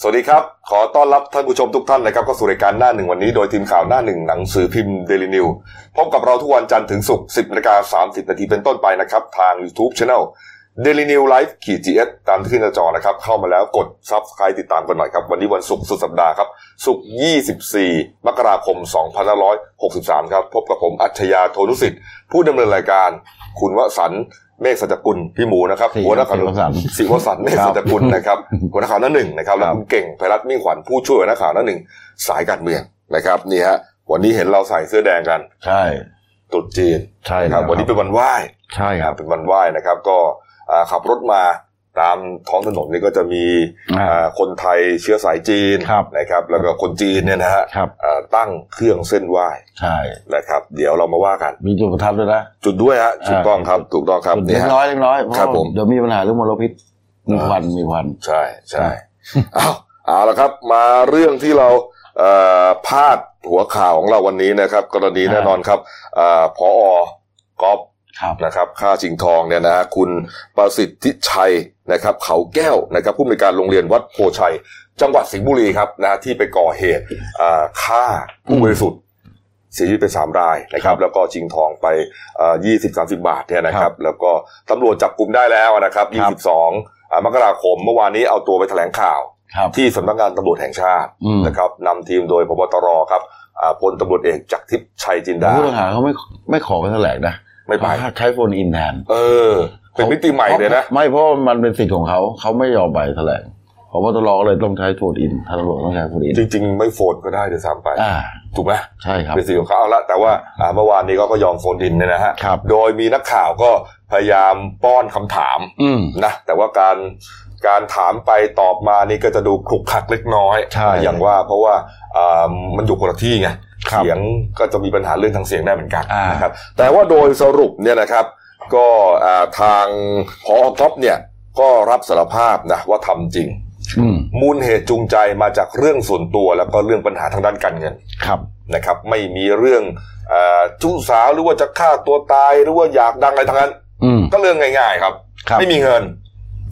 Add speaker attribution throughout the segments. Speaker 1: สวัสดีครับ ขอต้อนรับท่านผู้ชมทุกท่านนะครับก็สู่รายการหน้าหนึ่งวันนี้โดยทีมข่าวหน้าหนึ่งหนังสือพิมพ์เดลินิวพบกับเราทุกวันจันทร์ถึงศุกร์10นาฬิกา30นาทีเป็นต้นไปนะครับ ทาง YouTube Channel Daily New Life ขีดจีเอสตามที่ขึ้นหน้าจอนะครับ เข้ามาแล้วกดซับสไครต์ติดตามกันหน่อยครับ วันนี้วันศุกร์สุดสัปดาห์ครับศุกร์24 มกราคม 2563 ครับ พบกับผมอัจฉริยะโทนุสิทธิ์ ผู้ดำเนินรายการ คุณวสันต์เมฆสัจกุลพี่หมูนะครับ
Speaker 2: สิ
Speaker 1: หัวหน้าข่าว
Speaker 2: สิวสันต์
Speaker 1: สิวสันต์เมฆสัจกุลนะครับหัวหน้าข่าวหน้าหนึ่งนะครับแล้วคุณเก่งไพรัตน์มิ่งขวัญผู้ช่วยหัวหน้าข่าวหน้าหนึ่งสายการเมืองนะครับนี่ฮะวันนี้เห็นเราใส่เสื้อแดงกัน
Speaker 2: ใช่
Speaker 1: ตรุษจีน
Speaker 2: ใช่
Speaker 1: นะครับวันนี้เป็นวันไหว้
Speaker 2: ใช่ค
Speaker 1: อ่า
Speaker 2: รับ
Speaker 1: เป็นวันไหว้นะครับก็อ่าขับรถมาตามท้องถนนนี่ก็จะมี
Speaker 2: อ่า
Speaker 1: อ่าคนไทยเชื้อสายจีน
Speaker 2: ครับ
Speaker 1: นะครับแล้วก็คนจีนเนี่ยนะฮะ
Speaker 2: ครับ
Speaker 1: อ่าตั้งเครื่องเส้นไหว้
Speaker 2: ใช่
Speaker 1: นะครับ เดี๋ยวเรามาว่ากัน
Speaker 2: มีจุดประทัดด้วยนะ
Speaker 1: จุดด้วยฮะถูกต้องครับถูกต้องครับ
Speaker 2: จุด
Speaker 1: เนี่
Speaker 2: เล็
Speaker 1: ย
Speaker 2: ก
Speaker 1: ฮะ
Speaker 2: น้อยเล็กน้อยเพาะ
Speaker 1: ครับผม
Speaker 2: เดี๋ยวมีปัญหาเรื่องมลพิษมีควันมีควัน
Speaker 1: ใช่ใช่เอาเอาละครับมาเรื่องที่เราเอ่อพาดหัวข่าวของเราวันนี้นะครับ กรณีแน่นอนครับอ่าพออกอบ
Speaker 2: ครับ
Speaker 1: นะครับค่าชิงทองเนี่ยนะฮะคุณประสิทธิชัยนะครับ เขาแก้วนะครับผู้อำนวยการโรงเรียนวัดโพชัย จังหวัดสิงห์บุรีครับนะที่ไปก่อเหตุอ่าฆ่าผู้บริสุทธิ์เสียชีวิตไปสามรายนะครับ แล้วก็ชิงทองไปยี่สิบสามสิบาทเนี่ยนะค
Speaker 2: ค
Speaker 1: รั
Speaker 2: รับ บ
Speaker 1: แล้วก็ตำรวจจับกลุ่มได้แล้วนะครับ
Speaker 2: ค
Speaker 1: ยี่
Speaker 2: รั
Speaker 1: สิ
Speaker 2: บ
Speaker 1: บสองมกราคมเมื่อวานนี้เอาตัวไปแถลงข่าว
Speaker 2: ครับ
Speaker 1: ที่สำนักงานตำรวจแห่งชาติ
Speaker 2: อืม
Speaker 1: นะครับนำทีมโดยพบตรครับอ่าพลตำรวจเอกจักรทิพย์ชัยจินดา
Speaker 2: ผู้ต้องหาเขาไม่ไม่ขอไปแถลงนะ
Speaker 1: ไม่ไป
Speaker 2: เขาใช้โฟนอินแทน
Speaker 1: เออ เป็นมิติใหม่เลยนะ
Speaker 2: ไม่เพราะมันเป็นสิทธิ์ของเขาเขาไม่ยอมไปแถลงเพราะว่าตลอเลยต้องใช้โฟนอินทางตำรวจต้องใช้โฟนอิน
Speaker 1: จริง ๆ ไม่โฟนก็ได้เดี๋ยวสามไป
Speaker 2: อ่า
Speaker 1: ถูกไหม
Speaker 2: ใช่ครับ
Speaker 1: เป็นสิ่งของเขาเอาละแต่ว่าอ่าเมื่อวานนี้ก็ก็ยอมโฟนดินเนี่ยนะฮะ
Speaker 2: ครับ
Speaker 1: โดยมีนักข่าวก็พยายามป้อนคำถาม
Speaker 2: อืม
Speaker 1: นะแต่ว่าการการถามไปตอบมานี่ก็จะดูขลุกขลักเล็กน้อย
Speaker 2: ใช่
Speaker 1: อย่างว่าเพราะว่าอ่ามันอยู่คนละที่ไง
Speaker 2: ครับ
Speaker 1: เสียงก็จะมีปัญหาเรื่องทางเสียงได้เหมือนกัน
Speaker 2: อ่าน
Speaker 1: นะครับแต่ว่าโดยสรุปเนี่ยนะครับ ก็อ่าทางพอก๊อฟเนี่ยก็รับสารภาพนะว่าทำจริง
Speaker 2: อืม
Speaker 1: มูลเหตุจูงใจมาจากเรื่องส่วนตัวแล้วก็เรื่องปัญหาทางด้านการเงิน
Speaker 2: ครับ
Speaker 1: นะครับ ไม่มีเรื่องเออชู้สาวหรือว่าจะฆ่าตัวตายหรือว่าอยากดังอะไรทั้งนั้น
Speaker 2: อืม
Speaker 1: ก็เรื่องง่าย ๆ ครับ
Speaker 2: ครับ
Speaker 1: ไม่มีเงิน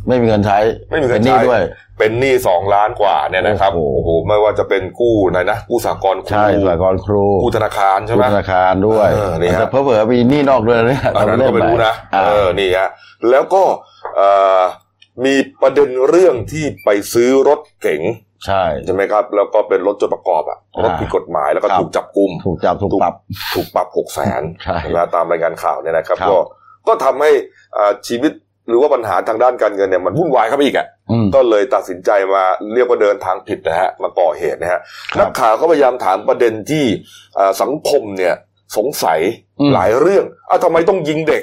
Speaker 2: ไม่มีเงินใช้
Speaker 1: ไม่มีเงิน
Speaker 2: ป็ห
Speaker 1: ใช้
Speaker 2: ด้วย
Speaker 1: เป็นหนี้สองล้านกว่าเนี่ยนะครับ
Speaker 2: โอ้
Speaker 1: โอ้โห
Speaker 2: โห
Speaker 1: ไม่ว่าจะเป็นกู้ไหนนะกู้สากล
Speaker 2: ใช่สหกรณ์ครู
Speaker 1: กู้ธนาคารใช่ไหม
Speaker 2: ธนาคารด้วย
Speaker 1: เออนี่ฮะ
Speaker 2: แต่เพื่อเผื่อๆมีหนี้นอกด้วยนะเนี่ย
Speaker 1: อันนั้นก็ไม่รู้นะ
Speaker 2: อ่า
Speaker 1: เออนี่ฮะแล้วก็เอ่อมีประเด็นเรื่องที่ไปซื้อรถเก๋ง
Speaker 2: ใช่
Speaker 1: ใช่ไหมครับ แล้วก็เป็นรถจดประกอบอะรถผิดกฎหมายแล้วก็
Speaker 2: ครับ
Speaker 1: ถูกจับกุม
Speaker 2: ถูกจับถูกปรับ
Speaker 1: ถูกปรับหกแสน
Speaker 2: ใช่
Speaker 1: นะตามรายงานข่าวเนี่ยนะครับ
Speaker 2: ครับ
Speaker 1: ก็ก็ทำให้อ่าชีวิตหรือว่าปัญหาทางด้านการเงินเนี่ยมันวุ่นวายเข้าไปอีกอ่ะ
Speaker 2: อืม
Speaker 1: ก็เลยตัดสินใจมาเรียกว่าเดินทางผิดนะฮะมาก่อเหตุนะฮะ
Speaker 2: ครับ
Speaker 1: นักข่าวก็พยายามถามประเด็นที่อ่าสังคมเนี่ยสงสัย
Speaker 2: อืม
Speaker 1: หลายเรื่องอ้าวทำไมต้องยิงเด็ก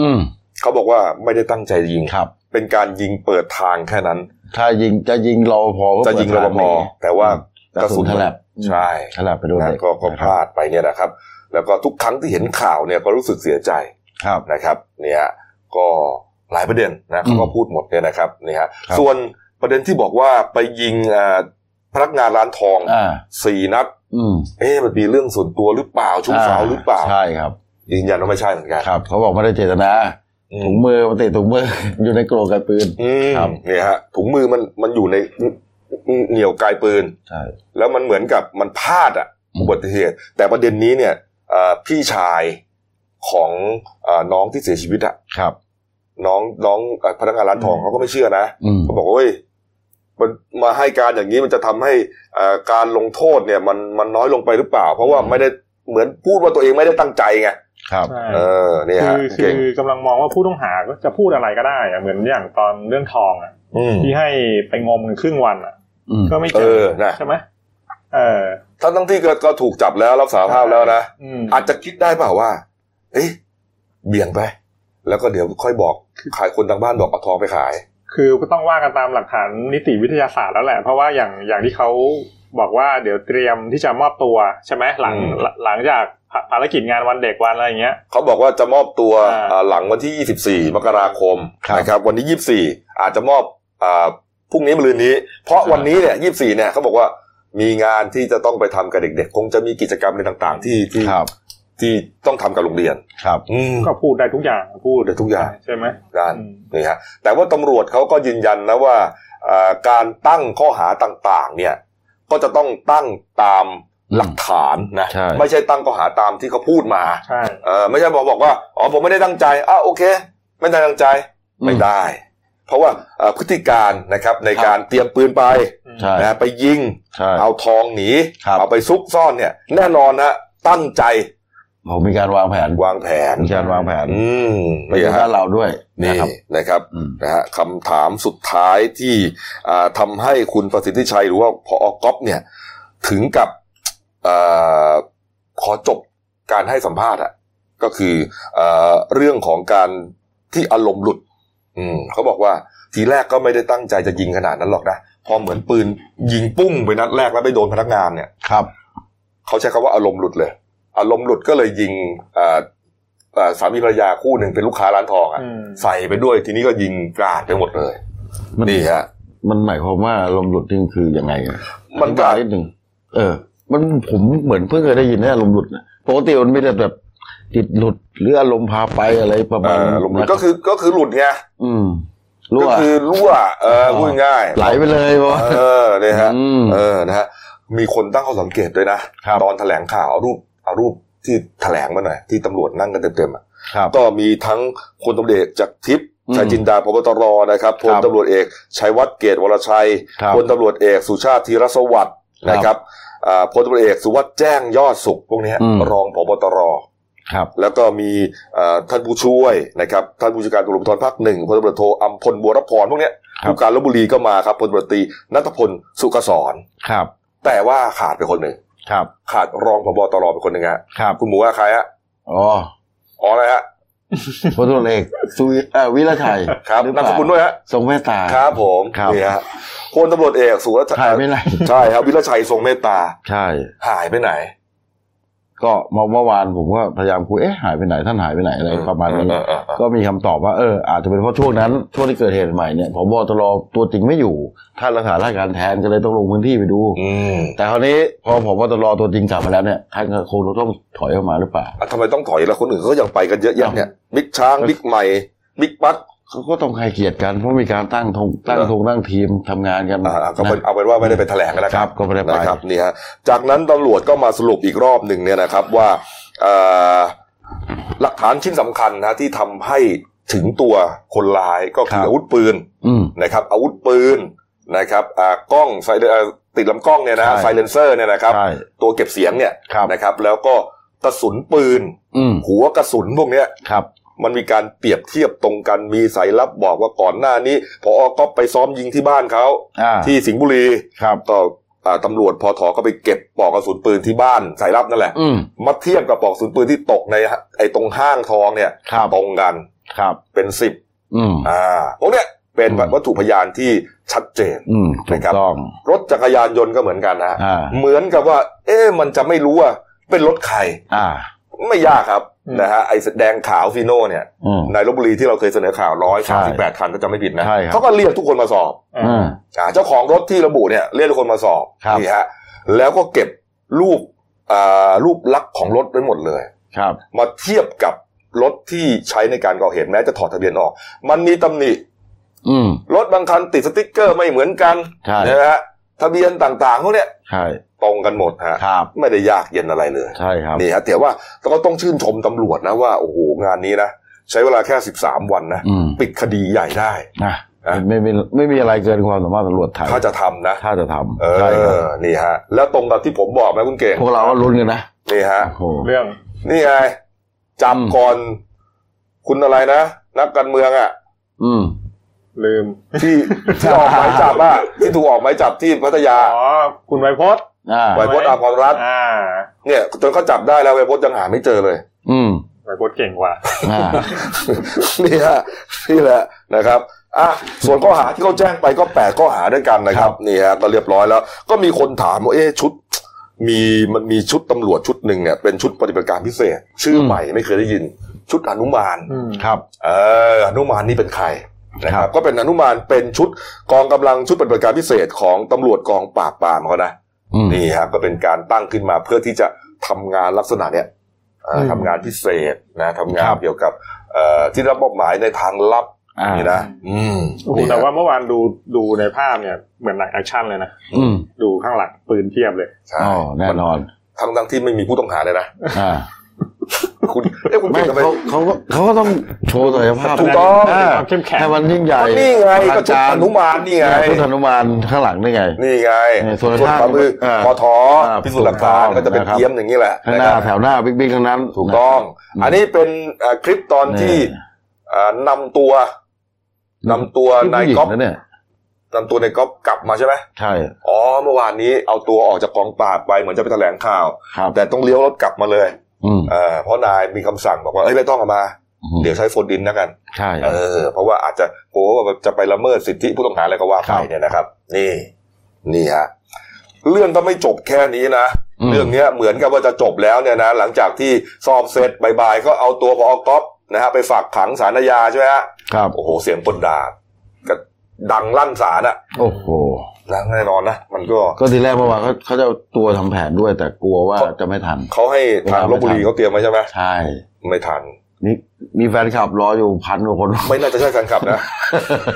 Speaker 2: อืม
Speaker 1: เขาบอกว่าไม่ได้ตั้งใจยิง
Speaker 2: ครับ
Speaker 1: เป็นการยิงเปิดทางแค่นั้น
Speaker 2: ถ้ายิงจะยิงรอพอก็
Speaker 1: จะยิงรปภแต่ว่า
Speaker 2: แต่กระสุน
Speaker 1: กระสุน
Speaker 2: ถลับ
Speaker 1: ใช่
Speaker 2: ถลับไปโดน
Speaker 1: นะ
Speaker 2: เด็ก
Speaker 1: ก็ก็พลาดไปเนี่ยนะครับ แล้วก็ทุกครั้งที่เห็นข่าวเนี่ยก็รู้สึกเสียใจ
Speaker 2: ครับ
Speaker 1: นะครับเนี่ยก็หลายประเด็นนะเขาก็
Speaker 2: อืม
Speaker 1: พูดหมดเนี่ยนะครับนี่ฮะ
Speaker 2: ครับ
Speaker 1: ส่วนประเด็นที่บอกว่าไปยิงอ่าพนักงานร้านทอง
Speaker 2: อ่า
Speaker 1: สี่นัด
Speaker 2: อืม
Speaker 1: เอ๊ะมันมีเรื่องส่วนตัวหรือเปล่าชู้สาวหรือเปล่า
Speaker 2: ใช่ครับ
Speaker 1: ยืนยันว่าไม่ใช่เหมือนกัน
Speaker 2: ครับ เขาบอกไม่ได้เจตนา
Speaker 1: อื
Speaker 2: ถุ
Speaker 1: ม
Speaker 2: งมือมันติดถุงมือ อยู่ในกรงไกรปืน
Speaker 1: อืม
Speaker 2: ครับ
Speaker 1: เนี่ยฮะถุงมือมันมันอยู่ในเหนี่ยวไกลปืน
Speaker 2: ใช่
Speaker 1: แล้วมันเหมือนกับมันพลาดอ่ะ
Speaker 2: อืม
Speaker 1: อุบัติเหตุ แต่ประเด็นนี้เนี่ยอ่าพี่ชายของอาน้องที่เสียชีวิตอ่ะ
Speaker 2: ครับ
Speaker 1: น้องน้องเอ่อพนักงานร้านทองเขาก็ไม่เชื่อนะ
Speaker 2: อืม
Speaker 1: ก็บอกว่าเว้ยมันมาให้การอย่างนี้มันจะทำให้เอ่อการลงโทษเนี่ย มันมันน้อยลงไปหรือเปล่า เพราะว่าไม่ได้เหมือนพูดว่าตัวเองไม่ได้ตั้งใจไง
Speaker 2: ครับ
Speaker 3: ใช่
Speaker 1: เออเนี่ย
Speaker 3: คื
Speaker 1: ฮะ
Speaker 3: อ
Speaker 1: เก่ง
Speaker 3: คือกำลังมองว่าผู้ต้องหาก็จะพูดอะไรก็ได้อะเหมือนอย่างตอนเรื่องทองอะ
Speaker 1: อืม
Speaker 3: ที่ให้ไปงมกันครึ่งวันอะ
Speaker 2: อืม
Speaker 3: ก็ไม่เจ
Speaker 1: เอ
Speaker 3: อ
Speaker 1: อนะ
Speaker 3: ใช่ไหมเออ
Speaker 1: ทั้งทั้งที่ก็ก็ถูกจับแล้วรับสารภาพแล้วนะ
Speaker 3: อืม
Speaker 1: อาจจะคิดได้เปล่าว่า เอ๊ะเบี่ยงไป แล้วก็เดี๋ยวค่อยบอกขายคนทางบ้านบอกเอาทองไปขาย
Speaker 3: คือก็ต้องว่ากันตามหลักฐานนิติวิทยาศาสตร์แล้วแหละ เพราะว่าอย่างอย่างที่เขาบอกว่าเดี๋ยวเตรียมที่จะมอบตัวใช่ไหมหลัง
Speaker 1: อืม
Speaker 3: หลังหลังจากภาภารกิจงานวันเด็กวันอะไรอย่างเงี้ย
Speaker 1: เขาบอกว่าจะมอบตัว
Speaker 3: อ่า
Speaker 1: อ่าหลังวันที่ 24 มกราคมนะครับ วันที่24 อาจจะมอบอ่าพรุ่งนี้มะรืนนี้ เพราะวันนี้เนี่ย24 เนี่ยเขาบอกว่ามีงานที่จะต้องไปทำกับเด็กๆ คงจะมีกิจกรรมอะไรต่างๆ ที่ที่
Speaker 2: ครับ
Speaker 1: ที่ต้องทำกับโรงเรียน
Speaker 2: ครับ
Speaker 1: อืม
Speaker 3: ก็พูดได้ทุกอย่างพูด
Speaker 1: ได้ทุกอย่าง
Speaker 3: ใช่ไหม
Speaker 1: ด้าน
Speaker 3: อืม
Speaker 1: นี่ฮะแต่ว่าตำรวจเขาก็ยืนยันนะว่า เอ่อการตั้งข้อหาต่างๆ เนี่ย ก็จะต้องตั้งตามหลักฐานนะ
Speaker 2: ใช่
Speaker 1: ไม่ใช่ตั้งข้อหาตามที่เขาพูดมา
Speaker 3: ใช่
Speaker 1: เออไม่ใช่บอกบอกว่าอ๋อผมไม่ได้ตั้งใจอ่ะโอเค ไม่ได้ตั้งใจไม่ได้ เพราะว่าเอ่อพฤติการนะครับใน
Speaker 2: ครับ
Speaker 1: การเตรียมปืนไป
Speaker 3: อืม
Speaker 2: ใช่
Speaker 1: นะไปยิง
Speaker 2: ใช่
Speaker 1: เอาทองหนี
Speaker 2: ครับ
Speaker 1: เอาไปซุกซ่อนเนี่ย แน่นอนนะตั้งใจ
Speaker 2: ผมมีการวางแผน
Speaker 1: วางแผน
Speaker 2: มีการวางแผน
Speaker 1: อืม
Speaker 2: ไม่
Speaker 1: นี่
Speaker 2: ใช่
Speaker 1: ฮะ
Speaker 2: ด้านเราด้วย
Speaker 1: นี่
Speaker 2: นะครับ
Speaker 1: นะครับ
Speaker 2: อืม
Speaker 1: นะฮะคำถามสุดท้ายที่อ่าทำให้คุณประสิทธิชัยหรือว่าพอก๊อฟเนี่ย ถึงกับอาขอจบการให้สัมภาษณ์อะก็คืออาเรื่องของการที่อารมณ์หลุด อืมเขาบอกว่าทีแรกก็ไม่ได้ตั้งใจจะยิงขนาดนั้นหรอกนะพอเหมือนปืนยิงปุ้งไปนัดแรกแล้วไปโดนพนักงานเนี่ย
Speaker 2: ครับ
Speaker 1: เขาใช้คำว่าอารมณ์หลุดเลย อารมณ์หลุดก็เลยยิงอ่าอ่าสามีภรรยาคู่หนึ่งเป็นลูกค้าร้านทองอ่ะ
Speaker 3: อืม
Speaker 1: ใส่ไปด้วยทีนี้ก็ยิงกราดไปหมดเลย
Speaker 2: มัน
Speaker 1: นี่ฮะ
Speaker 2: มันหมายความว่าลมหลุดนี่คือยังไงอะ
Speaker 1: มันก็
Speaker 2: อธิบายนิดหนึ่งเออ มันผมเหมือนเพิ่งเคยได้ยินนะลมหลุดนะปกติมันไม่ได้แบบจิตหลุดหรืออารมณ์พาไปอะไรประมา
Speaker 1: เอ่
Speaker 2: ณ
Speaker 1: อ
Speaker 2: นั้น
Speaker 1: อารมณ์หลุด
Speaker 2: นะ
Speaker 1: ก็คือก็คือหลุดไง
Speaker 2: อืมรั่
Speaker 1: ก็
Speaker 2: ว
Speaker 1: คือรั่วเออพูดง่าย
Speaker 2: ไหลไปเลยวะ
Speaker 1: เออเนี่ยฮะ
Speaker 2: อืม
Speaker 1: เออนะฮะมีคนตั้งข้อสังเกตด้วยนะครับ ตอนแถลงข่าวเอารูปเอารูปที่แถลงมาหน่อยที่ตำรวจนั่งกันเต็มๆอะ
Speaker 2: ครับ
Speaker 1: ก็มีทั้งคนตำรวจเอกจากทิพย์
Speaker 2: อืม
Speaker 1: ชายจินดาพบตรนะครับพล
Speaker 2: ครับ
Speaker 1: ตำรวจเอกชัยวัฒน์เกตวรชัย
Speaker 2: ครับ
Speaker 1: พลตำรวจเอกสุชาติธีรสวัสดิ์นะครับอ่าพลตำรวจเอกสุวัสด์แจ้งยอดสุขพวกเนี้ย
Speaker 2: อืม
Speaker 1: รองพบตร
Speaker 2: ครับ
Speaker 1: แล้วก็มีเอ่อท่านผู้ช่วยนะครับท่านผู้จัดการตำรวจภูธรภาคหนึ่งพลตำรวจโทอัมพลบัวรพรพวกเนี้ย
Speaker 2: ครับ
Speaker 1: ผู้การลบบุรีก็มาครับพลตำรวจตรีนัทพลสุขสรณ์
Speaker 2: ครับ
Speaker 1: แต่ว่าขาดไปคนหนึ่ง
Speaker 2: ครับ
Speaker 1: ขาดรองพบตรไปคนหนึ่งฮะ
Speaker 2: ครับ
Speaker 1: คุณหมูว่าใครฮะ
Speaker 2: อ๋อ
Speaker 1: อ๋ออะไรฮะ
Speaker 2: พลตำรวจเอกสุวิเอ่อวิรชัย
Speaker 1: ครับ
Speaker 2: หอ
Speaker 1: นาม
Speaker 2: เปล่า
Speaker 1: สกุลด้วยฮะ
Speaker 2: ทรงเมตตา
Speaker 1: ครับผม
Speaker 2: ครับ
Speaker 1: นี่ฮะพลตำรวจเอกสุรชั
Speaker 2: ถ่ายไม่ไร
Speaker 1: ใช่ครับวิรชัยทรงเมตตา
Speaker 2: ใช่
Speaker 1: หายไปไหน
Speaker 2: ก็เมื่อเมื่อวานผมก็พยายามคุยเอ๊ะหายไปไหนท่านหายไปไหนอะไรประมาณนี้
Speaker 1: เออเออเออ
Speaker 2: ก็มีคำตอบว่าเอออาจจะเป็นเพราะช่วงนั้น ช่วงที่เกิดเหตุใหม่เนี่ยผบตรตัวจริงไม่อยู่ท่านรักษาราชการแทนก็เลยต้องลงพื้นที่ไปดู
Speaker 1: อืม
Speaker 2: แต่คราวนี้พอผบตรตัวจริงกลับมาแล้วเนี่ยท่านก็คงต้องถอยออกมาหรือเปล่า
Speaker 1: อ่ะทำไมต้องถอยแล้วคนอื่นเขายังไปกันเยอะแยะเนี่ยบิ๊กช้างบิ๊กใหม่บิ๊กปั๊ก
Speaker 2: เขาก็ต้องให้เกียรติกันเพราะมีการตั้งทงตั้งทงตั้งทีมทำงานกัน
Speaker 1: อ่าก็เป็น
Speaker 2: นะ
Speaker 1: เอาเป็นว่าไม่ได้ไปแถลงกันแล้ว
Speaker 2: ครับก็ไม่ได้ไป
Speaker 1: นะครับนี่ฮะจากนั้นตำรวจก็มาสรุปอีกรอบหนึ่งเนี่ยนะครับว่าเอ่อหลักฐานชิ้นสำคัญนะที่ทำให้ถึงตัวคนร้ายก็คืออาวุธปืน
Speaker 2: อืม
Speaker 1: นะครับอาวุธปืนนะครับอ่ากล้องไซเลนเอ่อติดลำกล้องเนี่ยนะ
Speaker 2: ใช่
Speaker 1: ไซเลนเซอร์เนี่ยนะครับ
Speaker 2: ใช่
Speaker 1: ตัวเก็บเสียงเนี่ย
Speaker 2: ครับ
Speaker 1: นะครับ แล้วก็กระสุนปืน
Speaker 2: อืม
Speaker 1: หัวกระสุนพวกเนี้ย
Speaker 2: ครับ
Speaker 1: มันมีการเปรียบเทียบตรงกันมีสายลับบอกว่าก่อนหน้านี้พอก็ไปซ้อมยิงที่บ้านเขา
Speaker 2: อ่า
Speaker 1: ที่สิงห์บุรี
Speaker 2: ครับ
Speaker 1: ก็อ่าตำรวจพอถอก็ไปเก็บปลอกกระสุนปืนที่บ้านสายลับนั่นแหละ
Speaker 2: อืม
Speaker 1: มาเทียบกับปลอกกระสุนปืนที่ตกในไอ้ตรงห้างทองเนี่ย
Speaker 2: ครับ
Speaker 1: ตรงกัน
Speaker 2: ครับ
Speaker 1: เป็นสิบ
Speaker 2: อืม
Speaker 1: อ่าพวกเนี้ยเป็น
Speaker 2: อืม
Speaker 1: วัตถุพยานที่ชัดเจน
Speaker 2: อืมถูก
Speaker 1: นะครับ
Speaker 2: ต้อง
Speaker 1: รถจักรยานยนต์ก็เหมือนกันนะฮะ
Speaker 2: อ่า
Speaker 1: เหมือนกับว่า เอ๊ะมันจะไม่รู้ว่าเป็นรถใคร
Speaker 2: อ่า
Speaker 1: ไม่ยากครับนะฮะไอ้แดงขาวฟีโน่เนี่ย
Speaker 2: อืม
Speaker 1: ในลบบุรีที่เราเคยเสนอข่าวร้อย
Speaker 2: ใช่
Speaker 1: สามสิบแปดคันก็จะไม่ผิดนะ
Speaker 2: ใช่ครับ
Speaker 1: เขาก็เรียกทุกคนมาสอบ
Speaker 3: อ่า
Speaker 2: อืม
Speaker 1: อ่าเจ้าของรถที่ระบุเนี่ยเรียกทุกคนมาสอบ
Speaker 2: ครับ
Speaker 1: นี่ฮะแล้วก็เก็บรูปอ่ารูปลักษณ์ของรถไว้หมดเลย
Speaker 2: ครับ
Speaker 1: มาเทียบกับรถที่ใช้ในการก่อเหตุแม้จะถอดทะเบียนออก มันมีตำหนิ
Speaker 2: อืม
Speaker 1: รถบางคันติดสติ๊กเกอร์ไม่เหมือนกัน
Speaker 2: ใช่
Speaker 1: นะฮะทะเบียนต่างๆพวกเนี้ย
Speaker 2: ใช่
Speaker 1: ตรงกันหมดฮะ
Speaker 2: ครับ
Speaker 1: ไม่ได้ยากเย็นอะไรเลย
Speaker 2: ใช่ครับ
Speaker 1: นี่ฮะแต่ว่าเราก็ต้องชื่นชมตำรวจนะว่า โอ้โห งานนี้นะ ใช้เวลาแค่ 13 วันนะ
Speaker 2: อืม
Speaker 1: ปิดคดีใหญ่ได้
Speaker 2: นะ
Speaker 1: อ่ะ
Speaker 2: ไม่ไม่ไม่มีอะไรเกินความสามารถตำรวจไทย
Speaker 1: ถ้าจะทำนะ
Speaker 2: ถ้าจะ
Speaker 1: เอ
Speaker 2: ทำใช่ครับ
Speaker 1: อ นี่ฮะ แล้วตรงกับที่ผมบอกไหมคุณเก่ง
Speaker 2: พวกเราก็ลุ้นกันนะ
Speaker 1: นี่ฮะ
Speaker 2: โอ้โห
Speaker 3: เรื่อง
Speaker 1: นี่ไงจับ
Speaker 2: อืม
Speaker 1: ก่อน คุณอะไรนะ นักการเมืองอ่ะ
Speaker 2: อืม
Speaker 3: ลืม
Speaker 1: ที่ ที่ออกหมายจับอ่ะที่ถูกออกหมายจับที่พัทยา
Speaker 3: อ๋อคุณไวโพส
Speaker 2: อ่า
Speaker 1: ไวโพสอาภรณ์รัตน์
Speaker 3: อ่า
Speaker 1: เนี่ยจนเขาจับได้แล้วไวโพสยังหาไม่เจอเลย
Speaker 2: อืม
Speaker 3: ไวโพสเก่งกว่า
Speaker 2: อ่า
Speaker 1: นี่ฮะนี่แหละนะครับอ่ะส่วนข้อหาที่เขาแจ้งไปก็แปดข้อหาด้วยกันนะครับนี่ฮะก็เรียบร้อยแล้ว ก็มีคนถามว่าเอ๊ะชุด มีมันมีชุดตำรวจชุดหนึ่งเนี่ยเป็นชุดปฏิบัติการพิเศษ ชื่อ
Speaker 2: ม
Speaker 1: ใหม่ไม่เคยได้ยิน ชุดอนุมาน
Speaker 3: อืม
Speaker 2: ครับ
Speaker 1: เอออนุมานนี่เป็นใครนะค
Speaker 2: ครั
Speaker 1: รับบ ก็เป็นอนุมานเป็นชุดกองกำลังชุดปฏิบัติการพิเศษของตำรวจกองปราบปรามเขานะ
Speaker 2: อืม
Speaker 1: นี่ฮะก็เป็นการตั้งขึ้นมาเพื่อที่จะทำงานลักษณะเนี้ยเอ่อ
Speaker 2: อืม
Speaker 1: ทำงานพิเศษนะทำงาน
Speaker 2: ครับ
Speaker 1: เกี่ยวกับเอ่อที่รับมอบหมายในทางลับ
Speaker 2: อ่า
Speaker 1: นี่นะอืม
Speaker 3: โอ้โห
Speaker 1: นี่
Speaker 3: แต่ว่าเมื่อวานดูดูในภาพเนี่ยเหมือนหนังแอคชั่นเลยนะ
Speaker 2: อืม
Speaker 3: ดูข้างหลังปืนเทียบเลย
Speaker 1: ใช่
Speaker 2: อ๋อแน่นอน
Speaker 1: ทั้งทั้งๆที่ไม่มีผู้ต้องหาเลยนะ
Speaker 2: อ่า
Speaker 1: คุณเอ้คุณ
Speaker 2: ไม่
Speaker 1: ทำไม
Speaker 2: เขาเขาก็เขาก็ต้องโชว์ศักยภาพ
Speaker 1: ถูกต้อง
Speaker 2: า
Speaker 3: ความเข้มแข็ง
Speaker 2: ให้มันยิ่งใหญ่
Speaker 1: ก็นี่ไงก็ชุด
Speaker 2: ร
Speaker 1: อนุมานนี่ไง
Speaker 2: ชุดอนุมานข้างหลังนี่ไง
Speaker 1: นี่ไง
Speaker 2: นี่ส่วน
Speaker 1: ส่วน
Speaker 2: ข้าง
Speaker 1: ขวามือ
Speaker 2: เอ่อ
Speaker 1: พอทอ
Speaker 2: อ่า
Speaker 1: พิสูจน์หลักฐาน
Speaker 2: ถูกต้อง
Speaker 1: ก็จะเป็น
Speaker 2: นะครับ
Speaker 1: เทียมอย่างนี้แหละ
Speaker 2: ข้างห
Speaker 1: นะ
Speaker 2: น้า
Speaker 1: ครับ
Speaker 2: แถวหน้าบิ๊กบิ๊กทั้งนั้น
Speaker 1: ถูกต้อง อันนี้เป็นเอ่อคลิปตอน
Speaker 2: นี่
Speaker 1: ที่เอ่อนำตัวนำตัว
Speaker 2: นี่
Speaker 1: นาย
Speaker 2: ผู้หญิง
Speaker 1: ก๊อฟ
Speaker 2: นะเนี่ย
Speaker 1: นำตัวนายก๊อฟกลับมาใช่ไหม
Speaker 2: ใช่
Speaker 1: อ๋อเมื่อวานนี้เอาตัวออกจากกองปราบไปเหมือนจะไปแถลงข่าว
Speaker 2: ครับ
Speaker 1: แต่ต้องเลี้ยวรถกลับมาเลย
Speaker 2: อืม
Speaker 1: เอ่อเพราะนายมีคำสั่งบอกว่าเอ้ยไม่ต้องเอามา เดี๋ยวใช้โฟนดินแล้วกัน
Speaker 2: ใช่
Speaker 1: เออ เพราะว่าอาจจะโอ้ว่าจะไปละเมิดสิทธิผู้ต้องหาอะไรก็ว่า
Speaker 2: ค
Speaker 1: ไป
Speaker 2: รับ
Speaker 1: เนี่ยนะครับ นี่ นี่ฮะเรื่องก็ไม่จบแค่นี้นะ
Speaker 2: อืม
Speaker 1: เรื่องเนี้ยเหมือนกับว่าจะจบแล้วเนี่ยนะ หลังจากที่สอบเสร็จบ่ายๆก็เอาตัวพอก๊อฟนะฮะไปฝากขังสารยาใช่ไหมฮะ
Speaker 2: ครับ
Speaker 1: โอ้โห เสียงปนดาก็ดังลั่นศาลอะ
Speaker 2: โอ้โห
Speaker 1: นะแน่นอนนะ มันก็
Speaker 2: ก็ทีแรกเมื่อวานเขาเขาจะเอาตัวทำแผนด้วย แต่กลัวว่าจะไม่ทัน
Speaker 1: เขาให้ทางลบบุรีเขาเตรียมไว้ใช่ไหม
Speaker 2: ใช่
Speaker 1: ไม่ทัน
Speaker 2: นี่มีแฟนคลับรออยู่พันกว่าคน
Speaker 1: ไม่น่าจะใช่แฟนคลับนะ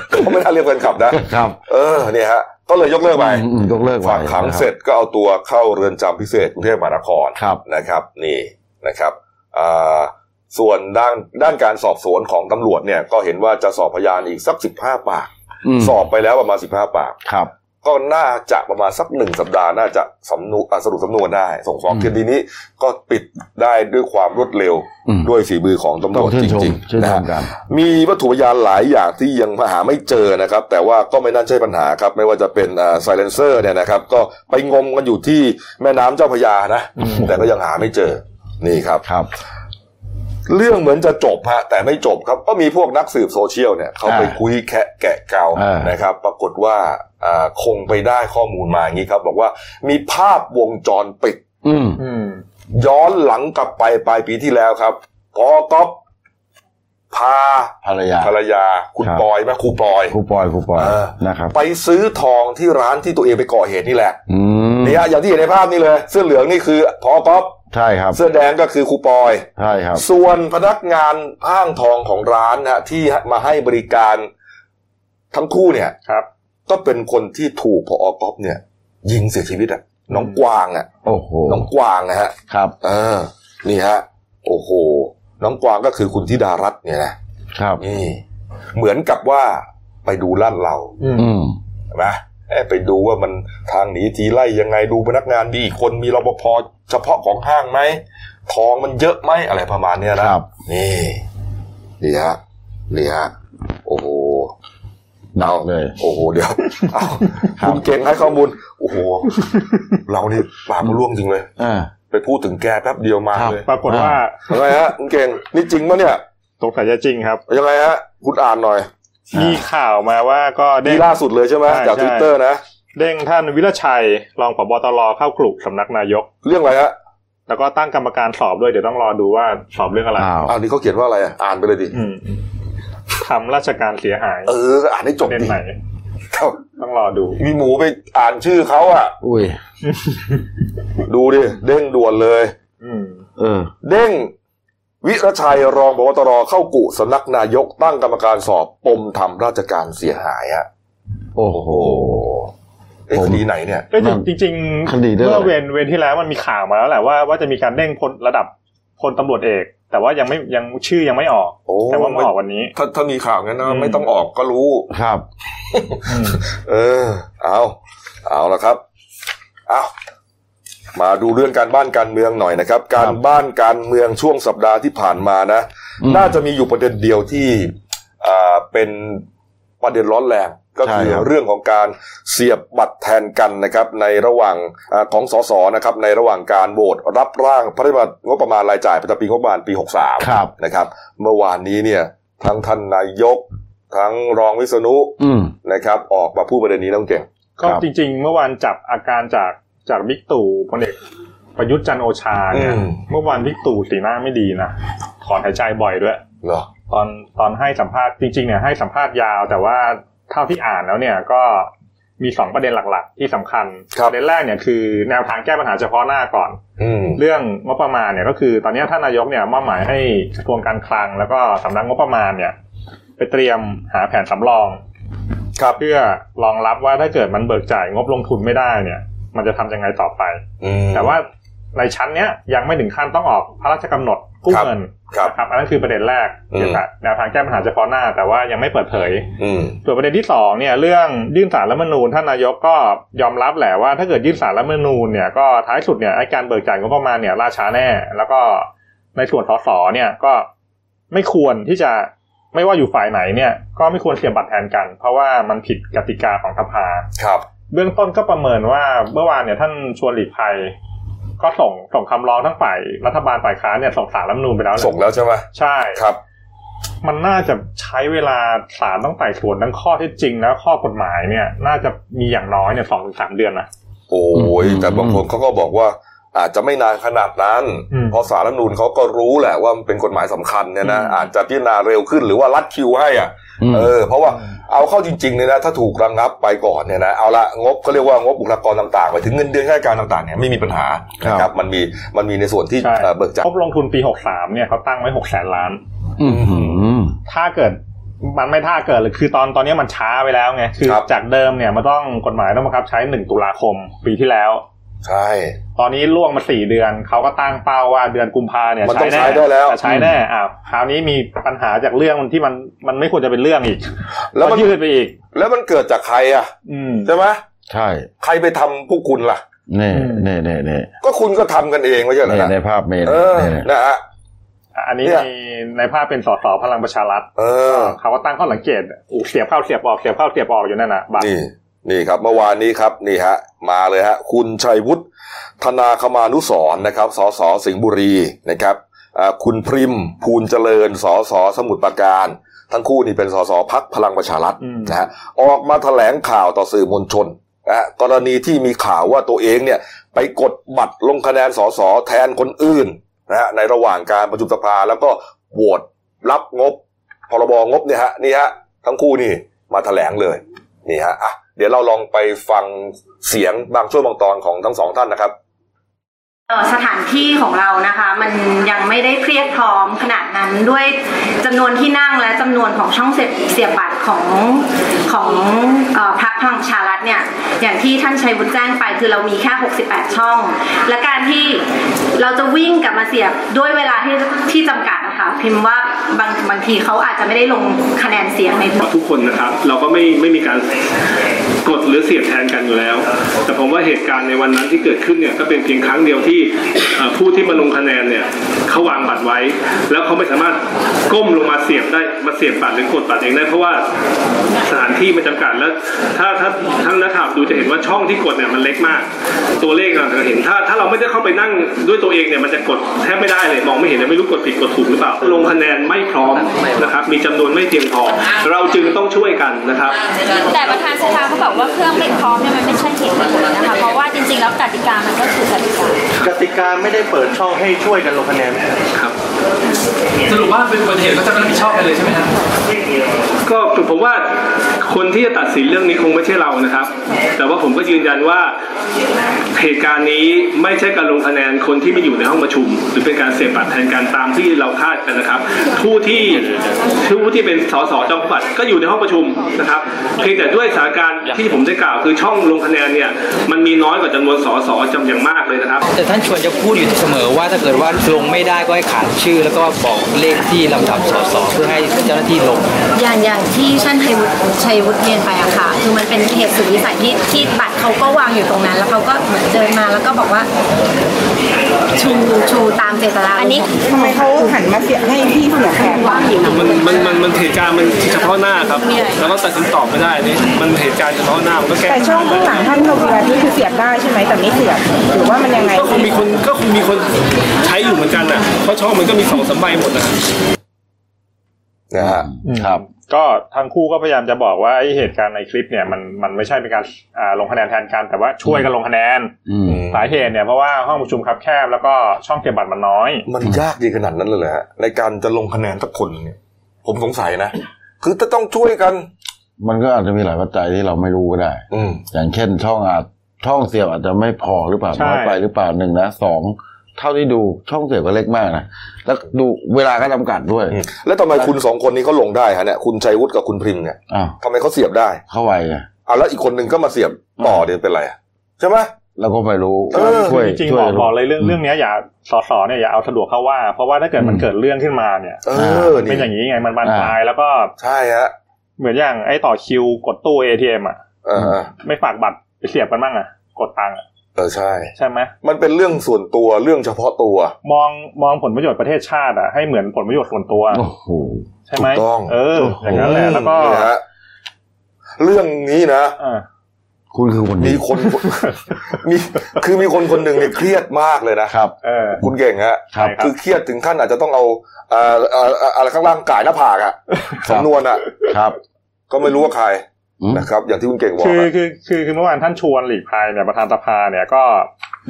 Speaker 1: เขาไม่น่าเรียกแฟนคลับนะ
Speaker 2: ครับ
Speaker 1: เออเนี่ยฮะ ก็เลยยกเลิกไป
Speaker 2: อืมยกเลิกไป
Speaker 1: ฝากขัง
Speaker 2: นะคบ
Speaker 1: เสร็จก็เอาตัวเข้าเรือนจำพิเศษกรุงเทพมหานคร
Speaker 2: ครับ
Speaker 1: นะครับนี่นะครับอ่าส่วนด้านด้านการสอบสวนของตำรวจเนี่ยก็เห็นว่าจะสอบพยานอีกสักสิบห้าปาก
Speaker 2: ม
Speaker 1: สอบไปแล้วประมาณสิบห้าปาก
Speaker 2: ครับ
Speaker 1: ก็น่าจะประมาณสักหนึ่งสัปดาห์น่าจะสำนุอ่าสรุปสำนวนได้ ส่งฟ้อง
Speaker 2: อืม
Speaker 1: คดีนี้ก็ปิดได้ด้วยความรวดเร็ว
Speaker 2: อืม
Speaker 1: ด้วยฝีมือของตำร
Speaker 2: ต้อง
Speaker 1: วจ
Speaker 2: ชื่น
Speaker 1: จ
Speaker 2: ชม
Speaker 1: ริง
Speaker 2: ชื่น
Speaker 1: ๆนะ
Speaker 2: ช
Speaker 1: ฮะ
Speaker 2: มกัน
Speaker 1: มีวัตถุพยานหลายอย่างที่ยังหาไม่เจอนะครับ แต่ว่าก็ไม่น่าใช่ปัญหาครับ ไม่ว่าจะเป็นไซเลนเซอร์เนี่ยนะครับ ก็ไปงมกันอยู่ที่แม่น้ำเจ้าพระยานะ
Speaker 2: อืม
Speaker 1: แต่ก็ยังหาไม่เจอนี่ครับ
Speaker 2: ครับ
Speaker 1: เรื่องเหมือนจะจบฮะแต่ไม่จบครับ ก็มีพวกนักสืบโซเชียลเนี่ยเขาไป
Speaker 2: อ่า
Speaker 1: คุยแคะแกะเกา
Speaker 2: อ่าน
Speaker 1: นะครับ ปรากฏว่าอ่าคงไปได้ข้อมูลมาอย่างนี้ครับ บอกว่ามีภาพวงจรปิด
Speaker 2: อืม
Speaker 3: อืม
Speaker 1: ย้อนหลังกลับไปปลายปีที่แล้วครับพอก๊อฟพา
Speaker 2: ภรรยา
Speaker 1: ภรรยาคุณ
Speaker 2: ครับ
Speaker 1: ปอยไหมครูปอย
Speaker 2: ครูปอยครูปอย
Speaker 1: เออ
Speaker 2: นะครับ
Speaker 1: ไปซื้อทองที่ร้านที่ตัวเองไปก่อเหตุนี่แหละ
Speaker 2: อืม
Speaker 1: เนี่ยอย่างที่เห็นในภาพนี่เลย เสื้อเหลืองนี่คือพอก๊อฟ
Speaker 2: ใช่ครับ
Speaker 1: เสื้อแดงก็คือครูปอย
Speaker 2: ใช่ครับ
Speaker 1: ส่วนพนักงานห้างทองของร้านนะฮะที่มาให้บริการทั้งคู่เนี่ย
Speaker 3: ครับ
Speaker 1: ก็เป็นคนที่ถูกพอก๊อฟเนี่ย ยิงเสียชีวิตอ่ะน้องกวางอ่ะ
Speaker 2: โอ้โห
Speaker 1: น้องกวางนะฮะ
Speaker 2: ครับ
Speaker 1: เออนี่ฮะ โอ้โห น้องกวางก็คือคุณธิดารัตน์เนี่ยนะครับ นี่ เหมือนกับว่าไปดูลาดเรา
Speaker 3: อืม
Speaker 2: อืม
Speaker 1: ใช่ไหมเอ้ยไปดูว่ามันทางหนีทีไล่ยังไงดูพนักงานมีอีกคนมีรปภเฉพาะของห้างไหมทองมันเยอะไหมอะไรประมาณเนี้ยนะครับ นี่นี่ฮะนี่ฮะโอ้โห
Speaker 2: หนักเลย
Speaker 1: โอ้โหเดี๋ยวเอา
Speaker 2: ครับ
Speaker 1: คุณเก่งให้ข้อมูลโอ้โห เรานี่ปากมันร่วงจริงเลย
Speaker 2: อ่า
Speaker 1: ไปพูดถึงแกแป๊บเดียวมาเลย
Speaker 3: ปรากฏว่า
Speaker 2: อ่า
Speaker 1: อะไรฮะคุณเก่งนี่จริงปะเนี่ย
Speaker 3: ตกสายจะจริงครับ
Speaker 1: ยังไงฮะคุณอ่านหน่อย
Speaker 2: อ่ามี
Speaker 3: มีข่าวมาว่าก็เด้
Speaker 1: นี่
Speaker 3: ง
Speaker 1: ล่าสุดเลยใช่ไหม
Speaker 3: ใช่
Speaker 1: จาก
Speaker 3: ใช่
Speaker 1: ทวิตเตอร์นะ
Speaker 3: เด้งท่านวิรชัย รองผบตรเข้ากลุ่มสำนักนายก
Speaker 1: เรื่องอะไรฮะ
Speaker 3: แล้วก็ตั้งกรรมการสอบด้วยเดี๋ยวต้องรอดูว่าสอบเรื่องอะไร
Speaker 2: อ้าว
Speaker 1: อ้าวนี่เขาเขียนว่าอะไรอ่ะอ่านไปเลยดิ
Speaker 3: อืมทำราชการเสียหาย
Speaker 1: เอออ่านให้จ
Speaker 3: ป
Speaker 1: บ
Speaker 3: ระเด็น
Speaker 1: ดิ
Speaker 3: ไหนต้องรอดู
Speaker 1: มีหมูไปอ่านชื่อเขาอะ
Speaker 2: อุ้ย
Speaker 1: ดูดิ เด้งด่วนเลย
Speaker 3: อืม
Speaker 2: เออ
Speaker 1: เด้ง วิรชัยรองพบตรเข้ากลุ่มสำนักนายกตั้งกรรมการสอบปมทำราชการเสียหายอะ
Speaker 2: โอ้โห
Speaker 1: เอ๊ะ
Speaker 2: ผม
Speaker 1: คดีไหนเนี่ย
Speaker 3: เอ้ย
Speaker 2: มัน
Speaker 3: จริงจริงๆ
Speaker 2: คดีเรื่องอะไร
Speaker 3: เมื่อเวนเวนที่แล้วมันมีข่าวมาแล้วแหละว่าว่าจะมีการเด้งพลระดับพลตำรวจเอก แต่ว่ายังไม่ยังชื่อยังไม่ออก
Speaker 1: โอ้
Speaker 3: แต่ว่ามาออกวันนี้
Speaker 1: ถ้าถ้ามีข่าวงั้นนะ
Speaker 3: อืม
Speaker 1: ไม่ต้องออกก็รู้
Speaker 2: ครับ
Speaker 1: เออ เอาเอาละครับ เอามาดูเรื่องการบ้านการเมืองหน่อยนะครับ การ
Speaker 2: ครับ
Speaker 1: บ้านการเมืองช่วงสัปดาห์ที่ผ่านมานะ
Speaker 2: อืม
Speaker 1: น่าจะมีอยู่ประเด็นเดียวที่อ่าเป็นประเด็นร้อนแรง ก็คือ
Speaker 2: ใช่ครับ
Speaker 1: เรื่องของการเสียบบัตรแทนกันนะครับ ในระหว่างอาของสสนะครับ ในระหว่างการโหวตรับร่างพระราชบัญญัติงบประมาณรายจ่ายประจำปีงบประมาณปี 63
Speaker 2: ครับ
Speaker 1: นะครับ เมื่อวานนี้เนี่ยทั้งท่านนายก ทั้งรองวิษณุ
Speaker 2: อืม
Speaker 1: นะครับออกมาพูดประเด็นนี้ต้องเก่ง
Speaker 3: ก็
Speaker 2: ครับ
Speaker 3: จริง ๆ เมื่อวานจับอาการจากจากบิ๊กตู่พลเอกประยุทธ์จันทร์โอชาเนี่ย
Speaker 1: อืม
Speaker 3: เมื่อวานบิ๊กตู่สีหน้าไม่ดีนะถอนหายใจบ่อยด้วย
Speaker 1: เหรอ
Speaker 3: ตอนตอนให้สัมภาษณ์จริงๆเนี่ยให้สัมภาษณ์ยาว แต่ว่าเท่าที่อ่านแล้วเนี่ยก็มีสองประเด็นหลักๆ ที่สำคัญประเด็นแรกเนี่ยคือแนวทางแก้ปัญหาเฉพาะหน้าก่อน
Speaker 1: อืม
Speaker 3: เรื่องงบประมาณเนี่ยก็คือตอนนี้ท่านนายกเนี่ยมอบหมายให้กระทรวงการคลังแล้วก็สำนักงบประมาณเนี่ย ไป ไปเตรียมหาแผนสำรอง
Speaker 1: ครับ
Speaker 3: เพื่อรองรับว่าถ้าเกิดมันเบิกจ่ายงบลงทุนไม่ได้เนี่ย มันจะทำยังไงต่อไป
Speaker 1: อืม
Speaker 3: แต่ว่าในชั้นเนี้ยยังไม่ถึงขั้นต้องออกพระราชกำหนดกู้
Speaker 1: ครับ
Speaker 3: เงิน
Speaker 1: ครับ
Speaker 3: นะครับอันนั้นคือประเด็นแรก
Speaker 1: อืม
Speaker 3: เกี่ยวกับแนวทางแก้ปัญหาเฉพาะหน้า แต่ว่ายังไม่เปิดเผย
Speaker 1: อืม
Speaker 3: ส่วนประเด็นที่สองเนี่ยเรื่องยื่นสารรัฐธรรมนูญท่านนายกก็ยอมรับแหละว่าถ้าเกิดยื่นสารรัฐธรรมนูญเนี่ยก็ท้ายสุดเนี่ยไอ้การเบิกจ่ายงบประมาณเนี่ยล่าช้าแน่ แล้วก็ในส่วนสสเนี่ยก็ไม่ควรที่จะไม่ว่าอยู่ฝ่ายไหนเนี่ยก็ไม่ควรเสียบบัตรแทนกัน เพราะว่ามันผิดกติกาของสภา
Speaker 1: ครับ
Speaker 3: เบื้องต้นก็ประเมินว่าเมื่อวานเนี่ยท่านชวนหลีกภัย ก็ส่งส่งคำร้องทั้งฝ่ายรัฐบาลฝ่ายค้านเนี่ยส่งสารรัฐธรรมนูญไปแล้วนะ
Speaker 1: ส่งแล้วใช่ไหม
Speaker 3: ใช่
Speaker 1: ครับ
Speaker 3: มันน่าจะใช้เวลาศาลต้องไต่สวนทั้งข้อเท็จจริงและข้อกฎหมายเนี่ยน่าจะมีอย่างน้อยเนี่ยสองถึงสามเดือนนะ
Speaker 1: โอ้ยแต่บางคนเขาก็บอกว่า อาจจะไม่นานขนาดนั้น
Speaker 3: อืม
Speaker 1: เพราะสารรัฐธรรมนูนเขาก็รู้แหละว่ามันเป็นกฎหมายสำคัญเนี่ยนะ
Speaker 3: อืม
Speaker 1: อาจจะพิจารณาเร็วขึ้นหรือว่ารัดคิวให้อ่ะ เออเพราะว่าเอาเข้าจริงๆเนี่ยนะถ้าถูกระงับไปก่อนเนี่ยนะเอาละงบเขาเรียกว่างบบุคลากรต่างๆไปถึงเงินเดือนข้าราชการต่างๆเนี่ยไม่มีปัญหา
Speaker 2: ครับ
Speaker 1: นะครับมันมีมันมีในส่วนที่
Speaker 3: ใช่
Speaker 1: เอ่อเบิกจ่าย
Speaker 3: ครบลงทุนปีหกสามเนี่ยเขาตั้งไว้หกแสนล้าน
Speaker 2: อืมอืม
Speaker 3: ถ้าเกิดมันไม่ถ้าเกิดเลยคือตอนตอนนี้มันช้าไปแล้วไงคือจากเดิมเนี่ยมันต้องกฎหมายต้องบังคับใช้หนึ่งตุลาคมปีที่แล้ว
Speaker 1: ใช่
Speaker 3: ตอนนี้ล่วงมาสี่เดือนเขาก็ตั้งเป้าว่าเดือนกุมภาเนี่ย
Speaker 1: มันต้อง
Speaker 3: แน่
Speaker 1: ใช้ได้แล้ว
Speaker 3: ต่ใช้แน่อ้าวคราวนี้มีปัญหาจากเรื่องที่มันมันไม่ควรจะเป็นเรื่องอีก
Speaker 1: แล้วมัน
Speaker 3: ก็ยืดไปอีก
Speaker 1: แล้วมันเกิดจากใครอ่ะ
Speaker 3: อืม
Speaker 1: ใช่ไหม
Speaker 2: ใช่
Speaker 1: ใครไปทำพวกคุณล่ะ
Speaker 2: เน่
Speaker 3: อืม
Speaker 2: เน่เน่เน่
Speaker 1: ก็คุณก็ทำกันเองไม่ใช่เหรอ
Speaker 2: เน่
Speaker 1: นะ
Speaker 2: ในภาพเมน
Speaker 1: เออ
Speaker 2: เน่เน่
Speaker 1: นะฮะ
Speaker 3: อันนี้
Speaker 1: เนี่ย
Speaker 3: ในในภาพเป็นสสพลังประชารัฐ
Speaker 1: เออ
Speaker 3: เขาก็ตั้งข้อสังเกตอู้เสียบเข้าเสียบออกเสียบเข้าเสียบออกอยู่นั่นน่ะบัตร
Speaker 1: นี่นี่ครับเมื่อวานนี้ครับนี่ฮะมาเลยฮะคุณชัยวุฒิธนาคมานุสรณ์นะครับสสสิงห์บุรีนะครับอ่าคุณพริมภูลเจริญสสสมุทรปราการ ทั้งคู่นี่เป็นสสพักพลังประชารัฐ
Speaker 3: อืม
Speaker 1: นะฮะออกมาแถลงข่าวต่อสื่อมวลชนนะฮะกรณีที่มีข่าวว่าตัวเองเนี่ยไปกดบัตรลงคะแนนสสแทนคนอื่นนะฮะในระหว่างการประชุมสภาแล้วก็โหวตรับงบพรบงบเนี่ยฮะนี่ฮะทั้งคู่นี่มาแถลงเลย นี่ฮะอ่ะเดี๋ยวเราลองไปฟังเสียงบางช่วงบางตอนของทั้งสองท่านนะครับ
Speaker 4: เอ่อสถานที่ของเรานะคะมันยังไม่ได้เพรียบพร้อมขนาดนั้นด้วยจำนวนที่นั่งและจำนวนของช่องเสียบเสียบบัตรของของเออพรรคพลังประชารัฐเนี่ยอย่างที่ท่านชัยวุฒิแจ้งไปคือเรามีแค่ 68 ช่อง และการที่เราจะวิ่งกลับมาเสียบด้วยเวลาที่ที่จำกัดนะคะพิมพ์ว่าบางบางทีเขาอาจจะไม่ได้ลงคะแนนเสียงใน
Speaker 5: ทุกคนนะครับ เราก็ไม่ไม่มีการกดหรือเสียบแทนกันอยู่แล้ว แต่ผมว่าเหตุการณ์ในวันนั้นที่เกิดขึ้นเนี่ยก็เป็นเพียงครั้งเดียวที่เอ่อผู้ที่มาลงคะแนนเนี่ยเขาวางบัตรไว้ แล้วเขาไม่สามารถก้มลงมาเสียบได้มาเสียบบัตรหรือกดบัตรเองได้เพราะว่าสถานที่มันจำกัดแล้ว ถ้าถ้าท่านนักข่าวดูจะเห็นว่าช่องที่กดเนี่ยมันเล็กมาก ตัวเลขเราจะเห็นถ้าถ้าเราไม่ได้เข้าไปนั่งด้วยตัวเองเนี่ยมันจะกดแทบไม่ได้เลยมองไม่เห็นเลยไม่รู้กดผิดกดถูกหรือเปล่าลงคะแนนไม่พร้อมนะครับมีจำนวนไม่เพียงพอเราจึงต้องช่วยกันนะครับ
Speaker 6: แต่ประธานสภาเขาบอกว่าเครื่องไม่พร้อมเนี่ยมันไม่ใช่เหตุผลนะคะ เพราะว่าจริงๆแล้วกติกามันก็คือกติกา
Speaker 7: กติกาไม่ได้เปิดช่องให้ช่วยกันลงคะแนน
Speaker 8: สรุปว่าเป็นอุบัติเหตุก็จะไม่รับผิดชอบกันเลยใช่ไหมครับ
Speaker 5: ก็ผมว่าคนที่จะตัดสินเรื่องนี้คงไม่ใช่เรานะครับ แต่ว่าผมก็ยืนยันว่าเหตุการณ์นี้ไม่ใช่การลงคะแนนคนที่ไม่อยู่ในห้องประชุม หรือเป็นการเสียบบัตรแทนการตามที่เราคาดกันนะครับผู้ที่ผู้ที่เป็นสสจอมบัตรก็อยู่ในห้องประชุมนะครับเพียงแต่ด้วยสถานการณ์ที่ผมได้กล่าวคือช่องลงคะแนนเนี่ยมันมีน้อยกว่าจำนวนสสจำอย่างมากเลยนะครับ
Speaker 8: แต่ท่านชวนจะพูดอยู่เสมอว่าถ้าเกิดว่าลงไม่ได้ก็ให้ขานชื่อ แล้วก็บอกเลขที่ลำดับสสเพื่อให้เจ้าหน้าที่ลง
Speaker 4: อย่างอย่างที่ท่านชัยวุฒิชัยวุฒิเรียนไปอะค่ะ คือมันเป็นเหตุสุดวิสัยที่ที่บัตรเขาก็วางอยู่ตรงนั้น แล้วเขาก็เหมือนเดินมาแล้วก็บอกว่า ชูชูตามเจตนารมณ์
Speaker 6: อันนี้
Speaker 9: ทำไมเขาหันมาเสียให้พี่เสียแขกวะ
Speaker 5: มันมันมันมันเหตุการณ์มันเฉพาะหน้าครับแล้วเราตัดคำตอบไม่ได้นี่มันเหตุการณ์เฉพาะหน้ามันก็แก้
Speaker 9: แต่ช่วงข้างหลังท่านกับเวลาที่คือเสียบได้ใช่ไหมแต่ไม่เสียบหรือว่ามันยังไง
Speaker 5: ก็คงมีคนก็คงมีคนใช้อยู่เหมือนกันน่ะเพราะช่องมันก็มีสองสามใบหมดนะ
Speaker 1: นะฮะ
Speaker 3: อืม
Speaker 2: ครับ
Speaker 3: ก็ทั้งคู่ก็พยายามจะบอกว่าไอ้เหตุการณ์ในคลิปเนี่ยมันมันไม่ใช่เป็นการอ่าลงคะแนนแทนกันแต่ว่าช่วยกันลงคะแนน
Speaker 2: อืม
Speaker 3: สาเหตุเนี่ยเพราะว่าห้องประชุมครับแคบแล้วก็ช่องเก็บบัตรมันน้อย
Speaker 1: มันยากดีขนาดนั้นเลยเหรอฮะในการจะลงคะแนนสักคนเนี่ย ผมสงสัยนะ คือจะต้องช่วยกัน
Speaker 2: มันก็อาจจะมีหลายปัจจัยที่เราไม่รู้ก็ได้
Speaker 1: อืม
Speaker 2: อย่างเช่นช่องอาจช่องเสียบอาจจะไม่พอหรือเปล่า
Speaker 3: ใช่
Speaker 2: น้อยไปหรือเปล่าหนึ่งนะสอง เท่าที่ดูช่องเสียบก็เล็กมากนะแล้วดูเวลาก็จำกัดด้วย
Speaker 1: อืมแล้วทำไมคุณสองคนนี้เขาลงได้ฮะเนี่ยคุณชัยวุฒิกับคุณพริมเนี่ย
Speaker 2: อ้าว
Speaker 1: ทำไมเขาเสียบได้
Speaker 2: เข้าไปไง
Speaker 1: อ่ะแล้วอีกคนหนึ่งก็มาเสียบต่อเดี๋ยวเป็นไรอะใช่ไหม
Speaker 2: แล้วก็ไม่รู้
Speaker 1: เออ
Speaker 2: ช่วย
Speaker 3: จริง
Speaker 2: ช่
Speaker 3: ๆ
Speaker 2: ว
Speaker 3: บ
Speaker 2: ย
Speaker 3: อกบอกเลยเรื่องเรื่องเนี้ยอย่าสอสอเนี่ยอย่าเอาสะดวกเข้าว่า เพราะว่าถ้าเกิดมัน
Speaker 2: อืม
Speaker 3: เกิดเรื่องขึ้นมาเนี่ย
Speaker 1: เออ
Speaker 3: มันเป็นอย่างนี้ไงมันบานปลายแล้วก็
Speaker 1: ใช่ฮะ
Speaker 3: เหมือนอย่างไอ้ต่อคิวกดตู้ ATM อ่ะ
Speaker 1: เออ
Speaker 3: ไม่ฝากบัตรไปเสียบกันบ้างอ่ะ กดตังค์อะ
Speaker 1: เออใช่
Speaker 3: ใช่ไหม
Speaker 1: มันเป็นเรื่องส่วนตัวเรื่องเฉพาะตัว
Speaker 3: มองมองผลประโยชน์ประเทศชาติอ่ะให้เหมือนผลประโยชน์ส่วนตัว
Speaker 2: โอ้โห
Speaker 3: ใช่ไหม
Speaker 1: ถูกต้อง
Speaker 3: เอออย่างนั้นแหละแล้วก็
Speaker 1: นี่ฮะเรื่องนี้นะ
Speaker 3: อ่า
Speaker 2: คุณคือคน
Speaker 1: มี
Speaker 2: นี้
Speaker 1: คน มีคือมีคนคนหนึ่งเนี่ยเครียดมากเลยนะครับ
Speaker 3: เออ
Speaker 1: คุณเก่งฮะ
Speaker 2: ครับ
Speaker 3: ใช่
Speaker 1: คือเครียดถึงขั้นอาจจะต้องเอาเอ่อเอ่อเอ่ออะไรข้างล่างกายหน้าผากอะ
Speaker 2: ครับ
Speaker 1: สำนวนอะ
Speaker 2: ครับ
Speaker 1: ก็ไม่รู้ว่าใคร
Speaker 2: อืม
Speaker 1: นะครับ อย่างที่คุณเก่งบอก
Speaker 3: คือ
Speaker 1: อะ
Speaker 3: คือคือคือเมื่อวานท่านชวนหลีกภัยเนี่ยประธานสภาเนี่ยก็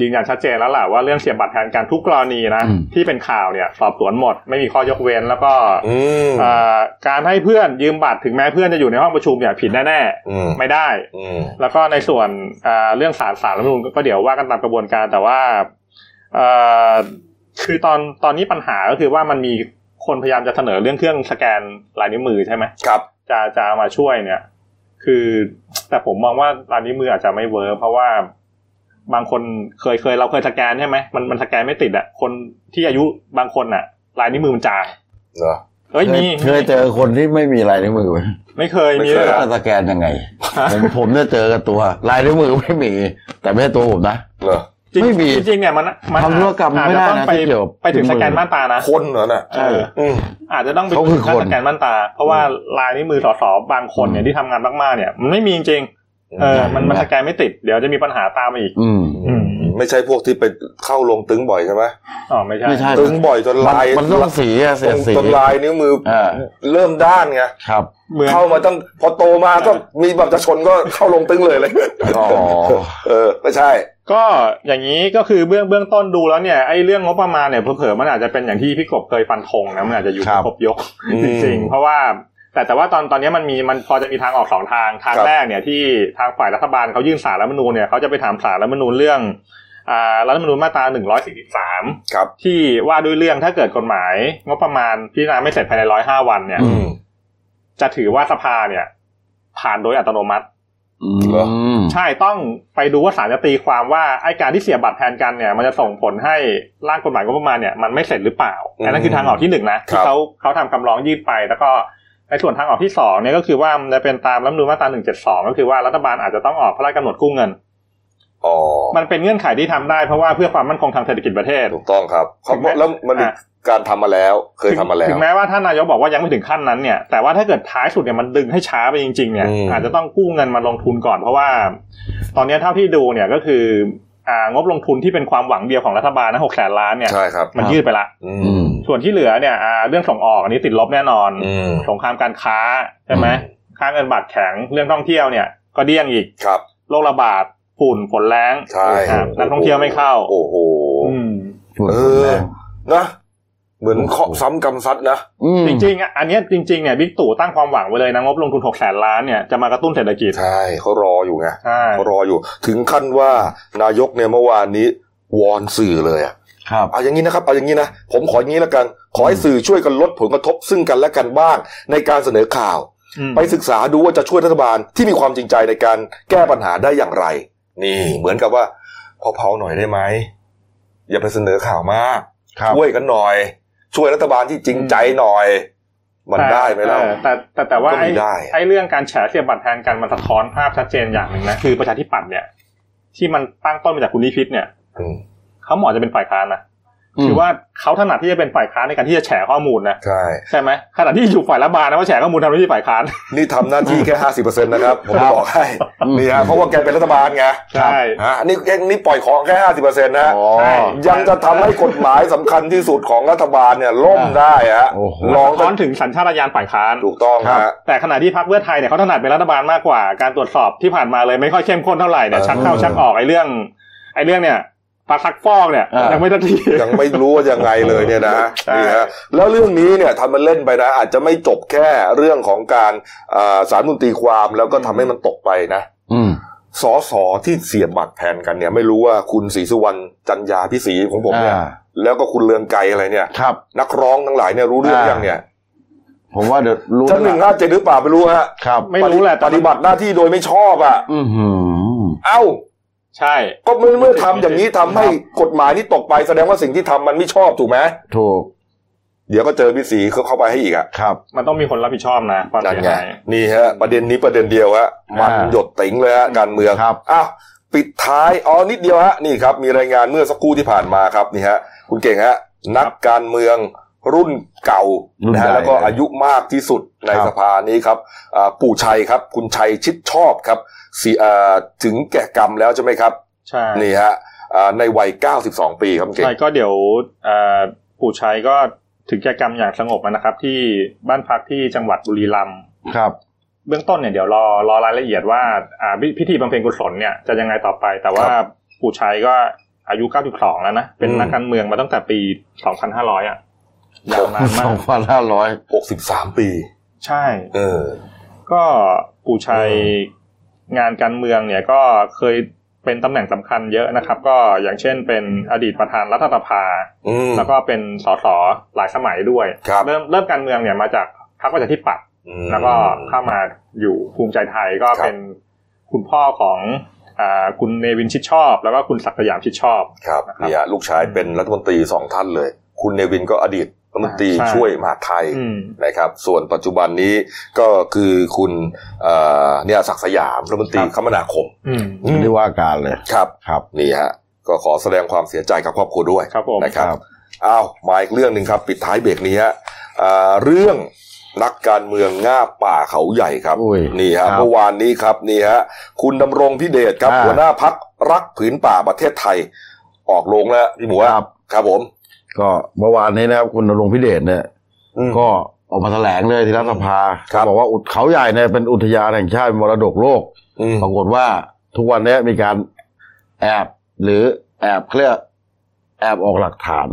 Speaker 3: ยืนยันชัดเจนแล้วล่ะว่าเรื่องเสียบบัตรแทนการทุกกรณีนะ
Speaker 2: อืม
Speaker 3: ที่เป็นข่าวเนี่ยสอบสวนหมดไม่มีข้อยกเว้นแล้วก็
Speaker 1: อืม
Speaker 3: เอ่อการให้เพื่อนยืมบัตรถึงแม้เพื่อนจะอยู่ในห้องประชุมเนี่ยผิดแน่
Speaker 1: อืม
Speaker 3: ๆไม่ได้
Speaker 1: อืม
Speaker 3: แล้วก็ในส่วนเอ่อเรื่องสารสารรัฐธรรมนูญก็เดี๋ยวว่ากันตามกระบวนการแต่ว่าเอ่อคือตอนตอนนี้ปัญหาก็คือว่ามันมีคนพยายามจะเสนอเรื่องเครื่องสแกนลายนิ้วมือใช่ไหม
Speaker 1: ครับ
Speaker 3: จะจะเอามาช่วยเนี่ย คือ แต่ผมมองว่าร้านนี้วมืออาจจะไม่เวิร์กเพราะว่าบางคนเคยเคยเราเคยสแกนใช่ไหมมันมันสแกนไม่ติดอะคนที่อายุบางคนอะลายนิ้วมือมันจาง
Speaker 1: เหรอ
Speaker 3: เอ้ย
Speaker 2: เคย
Speaker 3: มี
Speaker 2: เคยเจอคนที่ไม่มีลายนิ้วมือไหม
Speaker 3: ไม่เคย
Speaker 1: ไม่
Speaker 3: มี
Speaker 1: เคย
Speaker 3: เลยเหรอ
Speaker 2: ว่าสแกนยังไง ผมผมเนี่ยเจอกับตัวลายนิ้วมือไม่มี แต่ไม่ใช่ตัวผมนะ
Speaker 1: เหรอ
Speaker 3: จริง
Speaker 2: ไม่มี
Speaker 3: จริงๆเนี่ยมันมัน
Speaker 2: ทำธุรกรรม
Speaker 3: อาจ
Speaker 2: ไม่
Speaker 3: จะ
Speaker 2: ได้นะ
Speaker 3: ต้องไป
Speaker 2: ที่เกี่ยวกับ
Speaker 3: ไปถึงสแกน
Speaker 2: นิ้วมือ
Speaker 3: บ้านตานะ
Speaker 1: คนเหรอน่ะ
Speaker 3: เออ
Speaker 1: อืม
Speaker 3: อาจจะต้องไป
Speaker 2: เขาคือคน
Speaker 3: สแกนบ้านตา เพราะว่าลายนิ้วมือสอสอบางคนเนี่ยที่ทำงานมากๆเนี่ยมันไม่มีจริงๆเออมันมันสแกนไม่ติดเดี๋ยวจะมีปัญหาตามมาอีก
Speaker 2: อืม
Speaker 3: อืม
Speaker 1: ไม่ใช่พวกที่ไปเข้าลงตึงบ่อยใช่ไหม
Speaker 3: อ๋อไม่ใช่
Speaker 2: ไม่ใช่
Speaker 1: ตึงบ่อยจน
Speaker 2: มัน
Speaker 1: ลาย
Speaker 2: มันต้องสีอะ
Speaker 1: ต
Speaker 2: เสียด
Speaker 1: รง
Speaker 2: สี
Speaker 1: ตรงลายนิ้วมืออา เริ่มด้านไง
Speaker 2: ครับ
Speaker 3: เหมือน
Speaker 1: เข้ามาตั้งพอโตมาก็มีบัตรประชาชนก็เข้าลงตึงเลยเลย
Speaker 2: อ๋อ
Speaker 1: เออไม่ใช่
Speaker 3: ก็อย่างนี้ก็คือเบื้องเบื้องต้นดูแล้วเนี่ยไอ้เรื่องงบประมาณเนี่ยเผลอๆมันอาจจะเป็นอย่างที่พี่กบเคยฟันธงนะมันอาจจะอยู่
Speaker 2: ครับ
Speaker 3: ครบยก
Speaker 1: อืม
Speaker 3: จริงๆเพราะว่าแต่แต่ว่าตอนตอนนี้มันมีมันพอจะมีทางออกสองทางทาง
Speaker 1: ครับ
Speaker 3: แรกเนี่ยที่ทางฝ่ายรัฐบาลเขายื่นสารรัฐธรรมนูญเนี่ยเขาจะไปถามสารรัฐธรรมนูญเรื่องอ่ารัฐธรรมนูญมาตราหนึ่งร้อยสี่สิบสาม
Speaker 1: ครับ
Speaker 3: ที่ว่าด้วยเรื่องถ้าเกิดกฎหมาย งบประมาณพิจารณาไม่เสร็จภายในร้อยห้าวันเนี่ย
Speaker 2: อื
Speaker 1: อืม
Speaker 3: จะถือว่าสภาเนี่ยผ่านโดยอัตโนมัติ
Speaker 2: อื
Speaker 1: เหรอ
Speaker 2: ม
Speaker 3: ใช่ต้องไปดูว่าศาลจะตีความว่าไอ้การที่เสียบัตรแทนกันเนี่ยมันจะส่งผลให้ร่างกฎหมายงบประมาณเนี่ยมันไม่เสร็จหรือเปล่าอันนั้นคือทางออกที่หนึ่งนะ
Speaker 1: ครั
Speaker 3: ที่
Speaker 1: บ
Speaker 3: เขาเขาทำคำร้องยื่นไปแล้วก็ในส่วนทางออกที่สองเนี่ยก็คือว่ามันจะเป็นตามรัฐธรรมนูญมาตราหนึ่งเจ็ดสองก็คือว่ารัฐบาลอาจจะต้องออกพระราชกำหนดกู้เงิน
Speaker 1: อ๋อ
Speaker 3: มันเป็นเงื่อนไขที่ทำได้เพราะว่าเพื่อความมั่นคงทางเศรษฐกิจประเทศ
Speaker 1: ถูกต้องครับเขา
Speaker 3: ถึงแม้
Speaker 1: แล้วมันมี
Speaker 3: อ่ะ
Speaker 1: การทำมาแล้ว เคยทำมาแล้
Speaker 3: ถึ
Speaker 1: ว
Speaker 3: งแม้ว่าท่านนายกบอกว่ายังไม่ถึงขั้นนั้นเนี่ยแต่ว่าถ้าเกิดท้ายสุดเนี่ยมันดึงให้ช้าไปจริงๆเนี่ย
Speaker 1: อืม
Speaker 3: อาจจะต้องกู้เงินมาลงทุนก่อน เพราะว่า ตอนเนี้ยเท่าที่ดูเนี่ยก็คืออ่างบลงทุนที่เป็นความหวังเดียวของรัฐบาลนะหกแสนล้านเนี่ย
Speaker 1: ใช่ครับ
Speaker 3: มันยืดไปละ
Speaker 1: อื
Speaker 2: อื
Speaker 1: ม
Speaker 2: ม
Speaker 3: ส่วนที่เหลือเนี่ยอ่าเรื่องส่งออกอันนี้ติดลบแน่นอน
Speaker 1: อืม
Speaker 3: สงครามการค้าใช่ไหมค่าเงินบาทแข็งเรื่องท่องเที่ยวเนี่ย ก็เดี้ยงอีก
Speaker 1: ครับ
Speaker 3: โรคระบาดฝุ่นฝนแรง
Speaker 1: ใช่
Speaker 3: ครับนักท่องเที่ยวไม่เข้า
Speaker 1: โอ้โห
Speaker 3: อืม
Speaker 1: เออ นะเหมือนเคาะซ้ำกำซัดนะ
Speaker 3: จริงๆอ่ะอันเนี้ยจริงๆเนี่ยบิ๊กตู่ตั้งความหวังไว้เลยนะงบลงทุน6แสนล้านเนี่ยจะมากระตุ้นเศรษฐกิจ
Speaker 1: ใช่เขารออยู่ไง
Speaker 3: ใช่
Speaker 1: เขารออยู่ ถึงขั้นว่านายกเนี่ยเมื่อวานนี้ วอนสื่อเลยอะ
Speaker 2: ครับ
Speaker 1: เอาอย่างนี้นะครับ เอาอย่างนี้นะ ผมขออย่างนี้แล้วกัน ขอให้สื่อช่วยกันลดผลกระทบซึ่งกันและกันบ้าง ในการเสนอข่าว
Speaker 3: อืม
Speaker 1: ไปศึกษาดูว่าจะช่วยรัฐบาลที่มีความจริงใจในการแก้ปัญหาได้อย่างไร นี่ เหมือนกับว่าเผาๆหน่อยได้ไหมอย่าไปเสนอข่าวมาก
Speaker 2: ครับ
Speaker 1: ช่วยกันหน่อย ช่วยรัฐบาลที่จริงใจหน่อย มัน
Speaker 3: แต่
Speaker 1: ได้ไหมเล่า
Speaker 3: เออแต่แต่แต่ว่า
Speaker 1: ก็ไม่
Speaker 3: ไอ้
Speaker 1: ได้
Speaker 3: ไอ้เรื่องการแฉเสียบัตรแทนกันมันสะท้อนภาพชัดเจนอย่างหนึ่งนะคือประชาธิปัตย์เนี่ย ที่มันตั้งต้นมาจากคุณนิพิษเนี่ย
Speaker 1: ม
Speaker 3: เขาเหมาะจะเป็นฝ่ายค้านนะ
Speaker 2: อืม
Speaker 3: คือว่าเขาถนัดที่จะเป็นฝ่ายค้านในการที่จะแฉข้อมูลนะ
Speaker 1: ใช่
Speaker 3: ใช่ไหมขณะที่อยู่ฝ่ายรัฐบาลนะว่าแฉข้อมูลทำหน้าที่ฝ่ายค้าน
Speaker 1: นี่ทำหน้าที่แค่ห้าสิบเปอร์เซ็นต์นะครับ ผมบอกให้นี่ฮะเพราะว่าแกเป็นรัฐบาลไง
Speaker 3: ใช่
Speaker 1: ฮะนี่แกนี่ปล่อยของแค่ห้าสิบเปอร์เซ็นต์นะฮะ
Speaker 2: อ๋อ
Speaker 3: ใช่
Speaker 1: ยังจะทำให้กฎหมายสำคัญที่สุดของรัฐบาลเนี่ยล่มได้ฮะ
Speaker 2: โอ้โห
Speaker 1: ลอง
Speaker 3: สะท้อนถึงสัญชาตญาณฝ่ายค้าน
Speaker 1: ถูกต้องฮะ
Speaker 3: แต่ขณะที่พรรคเพื่อไทยเนี่ยเขาถนัดเป็นรัฐบาลมากกว่า การตรวจสอบที่ผ่านมาเลยไม่ค่อยเข้มข้นเท่าไหร่เนี่ย
Speaker 1: เออ
Speaker 3: ชักเข้าชักออกไอ้เรื่อง ไอ้เรื่องเนี่ยปลาซักฟอกเนี่ย
Speaker 2: เออ
Speaker 3: ยังไม่ได้ที
Speaker 1: ยังไม่รู้ว่ายังไงเลยเนี่ยนะ
Speaker 3: ใช่
Speaker 1: นี่ฮะแล้วเรื่องนี้เนี่ยทำมันเล่นไปนะ อาจจะไม่จบแค่เรื่องของการอ่าสารมุนตีความแล้วก็ทำให้มันตกไปนะ
Speaker 2: อืม
Speaker 1: สอสอที่เสียบบัตรแทนกันเนี่ย ไม่รู้ว่าคุณศรีสุวรรณจันยาพิศรีของผมเนี่ย
Speaker 2: อ่า
Speaker 1: แล้วก็คุณเลืองไกรอะไรเนี่ย
Speaker 2: ครับ
Speaker 1: นักร้องทั้งหลายเนี่ยรู้เรื่อง
Speaker 2: อ่า
Speaker 1: ยังเนี่ย
Speaker 2: ผมว่าเดี๋ยวรู้
Speaker 1: จะหนึ่งห้าเจ็ดหรือเปล่าไม่รู้ฮะ
Speaker 2: ครับ
Speaker 3: ไม่รู้แหละ
Speaker 1: ปฏิบัติหน้าที่โดยไม่ชอบอ่ะ
Speaker 2: อือหือ
Speaker 1: เอ้า
Speaker 3: ใช่
Speaker 1: ก็เมื่อเมื่อทำอย่างนี้ทำให้กฎหมายนี่ตกไปแสดงว่าสิ่งที่ทำมันไม่ชอบถูกไหม
Speaker 2: ถูก
Speaker 1: เดี๋ยวก็เจอพี่สีเขาเข้าไปให้อีกอ่ะ
Speaker 2: ครับ
Speaker 3: มันต้องมีคนรับผิดชอบนะความ
Speaker 1: นั่น
Speaker 3: เสีย
Speaker 1: ไง
Speaker 3: หาย
Speaker 1: นี่ฮะ ประเด็นนี้ประเด็นเดียวฮะมัน
Speaker 2: อ่า
Speaker 1: หยดติ๋งเลยฮะการเมือง
Speaker 2: ครับ
Speaker 1: อ้าวปิดท้ายอ๋อนิดเดียวฮะนี่ครับ มีรายงานเมื่อสักครู่ที่ผ่านมาครับนี่ฮะ คุณเก่งฮะ นักการเมืองรุ่นเก่า
Speaker 2: รุ่น
Speaker 1: นะ
Speaker 2: ให
Speaker 1: ฮะ
Speaker 2: ญ่
Speaker 1: แล้วก็อายุมากที่สุดใน
Speaker 2: ครับ
Speaker 1: สภานี้ครับอ่าปู่ชัยครับ คุณชัยชิดชอบครับสีอ่าถึงแก่กรรมแล้วใช่ไหมครับ
Speaker 3: ใช่
Speaker 1: นี่ฮะอ่าในวัย 92 ปีครับคุณเก่ง
Speaker 3: ใช่ก็เดี๋ยวเอ่อปู่ชัยก็ถึงแก่กรรมอย่างสงบนะครับ ที่บ้านพักที่จังหวัดบุรีรัมย์
Speaker 2: ครับ
Speaker 3: เบื้องต้นเนี่ยเดี๋ยวรอรอรายละเอียดว่าอ่าพิพิธีบำเพ็ญกุศลเนี่ยจะยังไงต่อไป แต่ว่า
Speaker 1: ครับ
Speaker 3: ปู่ชัยก็อายุ 92 แล้วนะ เป็น
Speaker 1: อืม
Speaker 3: นักการเมืองมาตั้งแต่ปี 2500 อ่ะ ยาวนานมา
Speaker 2: สอก งพันห้าร้อย
Speaker 1: 63 ปี
Speaker 3: ใช่
Speaker 1: เออ
Speaker 3: ก็ปู่ชัย
Speaker 1: อืม
Speaker 3: งานการเมืองเนี่ยก็เคยเป็นตำแหน่งสำคัญเยอะนะครับ ก็อย่างเช่นเป็นอดีตประธานรัฐสภา
Speaker 1: อืม
Speaker 3: แล้วก็เป็นสสหลายสมัยด้วย
Speaker 1: ครับ
Speaker 3: เริ่มเริ่มการเมืองเนี่ยมาจากพรรคประชาธิปัตย
Speaker 1: อืม
Speaker 3: แล้วก็เข้ามาอยู่ภูมิใจไทยก็
Speaker 1: ครับ
Speaker 3: เป็นคุณพ่อของอาคุณเนวินชิดชอบ แล้วก็คุณศักดิ์สยามชิดชอบ
Speaker 1: ครับ
Speaker 3: นะครับ
Speaker 1: เนี่ยลูกชายเป็นรัฐมนตรีสองท่านเลย คุณเนวินก็อดีตรัฐมนตรี
Speaker 3: ใช่
Speaker 1: ช่วยมหาดไทย
Speaker 3: อืม
Speaker 1: นะครับ ส่วนปัจจุบันนี้ก็คือคุณเอ่อเนี่ยศักดิ์สยามรัฐมนตรี
Speaker 3: ครับ
Speaker 1: คมนาคม
Speaker 3: อืม
Speaker 1: อืม
Speaker 2: ไม่ได้ว่าการเลย
Speaker 1: ครับ
Speaker 2: ครับ
Speaker 1: นี่ฮะ ก็ขอแสดงความเสียใจกับครอบครัวด้วย
Speaker 3: ครับผม
Speaker 1: นะครับ
Speaker 2: ครับ
Speaker 1: อ้าวมาอีกเรื่องหนึ่งครับ ปิดท้ายเบรกนี้ฮะอ่าเรื่องนักการเมืองง่าป่าเขาใหญ่ครับ
Speaker 2: อุ้ย
Speaker 1: นี่ฮะ
Speaker 2: ครับ
Speaker 1: เมื่อวานนี้ครับนี่ฮะคุณดำรงพิเดชครับ
Speaker 2: อ่า
Speaker 1: หัวหน้าพักรักผืนป่าประเทศไทย ออกโรงแล้วพี่หมู
Speaker 2: ครับ
Speaker 1: ครับผม
Speaker 2: ก็เมื่อวานนี้นะครับ คุณณรงค์พิเดชเนี่ย
Speaker 1: อืม
Speaker 2: ก็ออกมาแถลงเลยที่รัฐสภา
Speaker 1: ครับ
Speaker 2: บอกว่าอุทเขาใหญ่เนี่ยเป็นอุทยานแห่งชาติมรดกโลก
Speaker 1: อืม
Speaker 2: ปรากฏว่าทุกวันนี้มีการแอบหรือแอบเครียกแอบออกหลักฐาน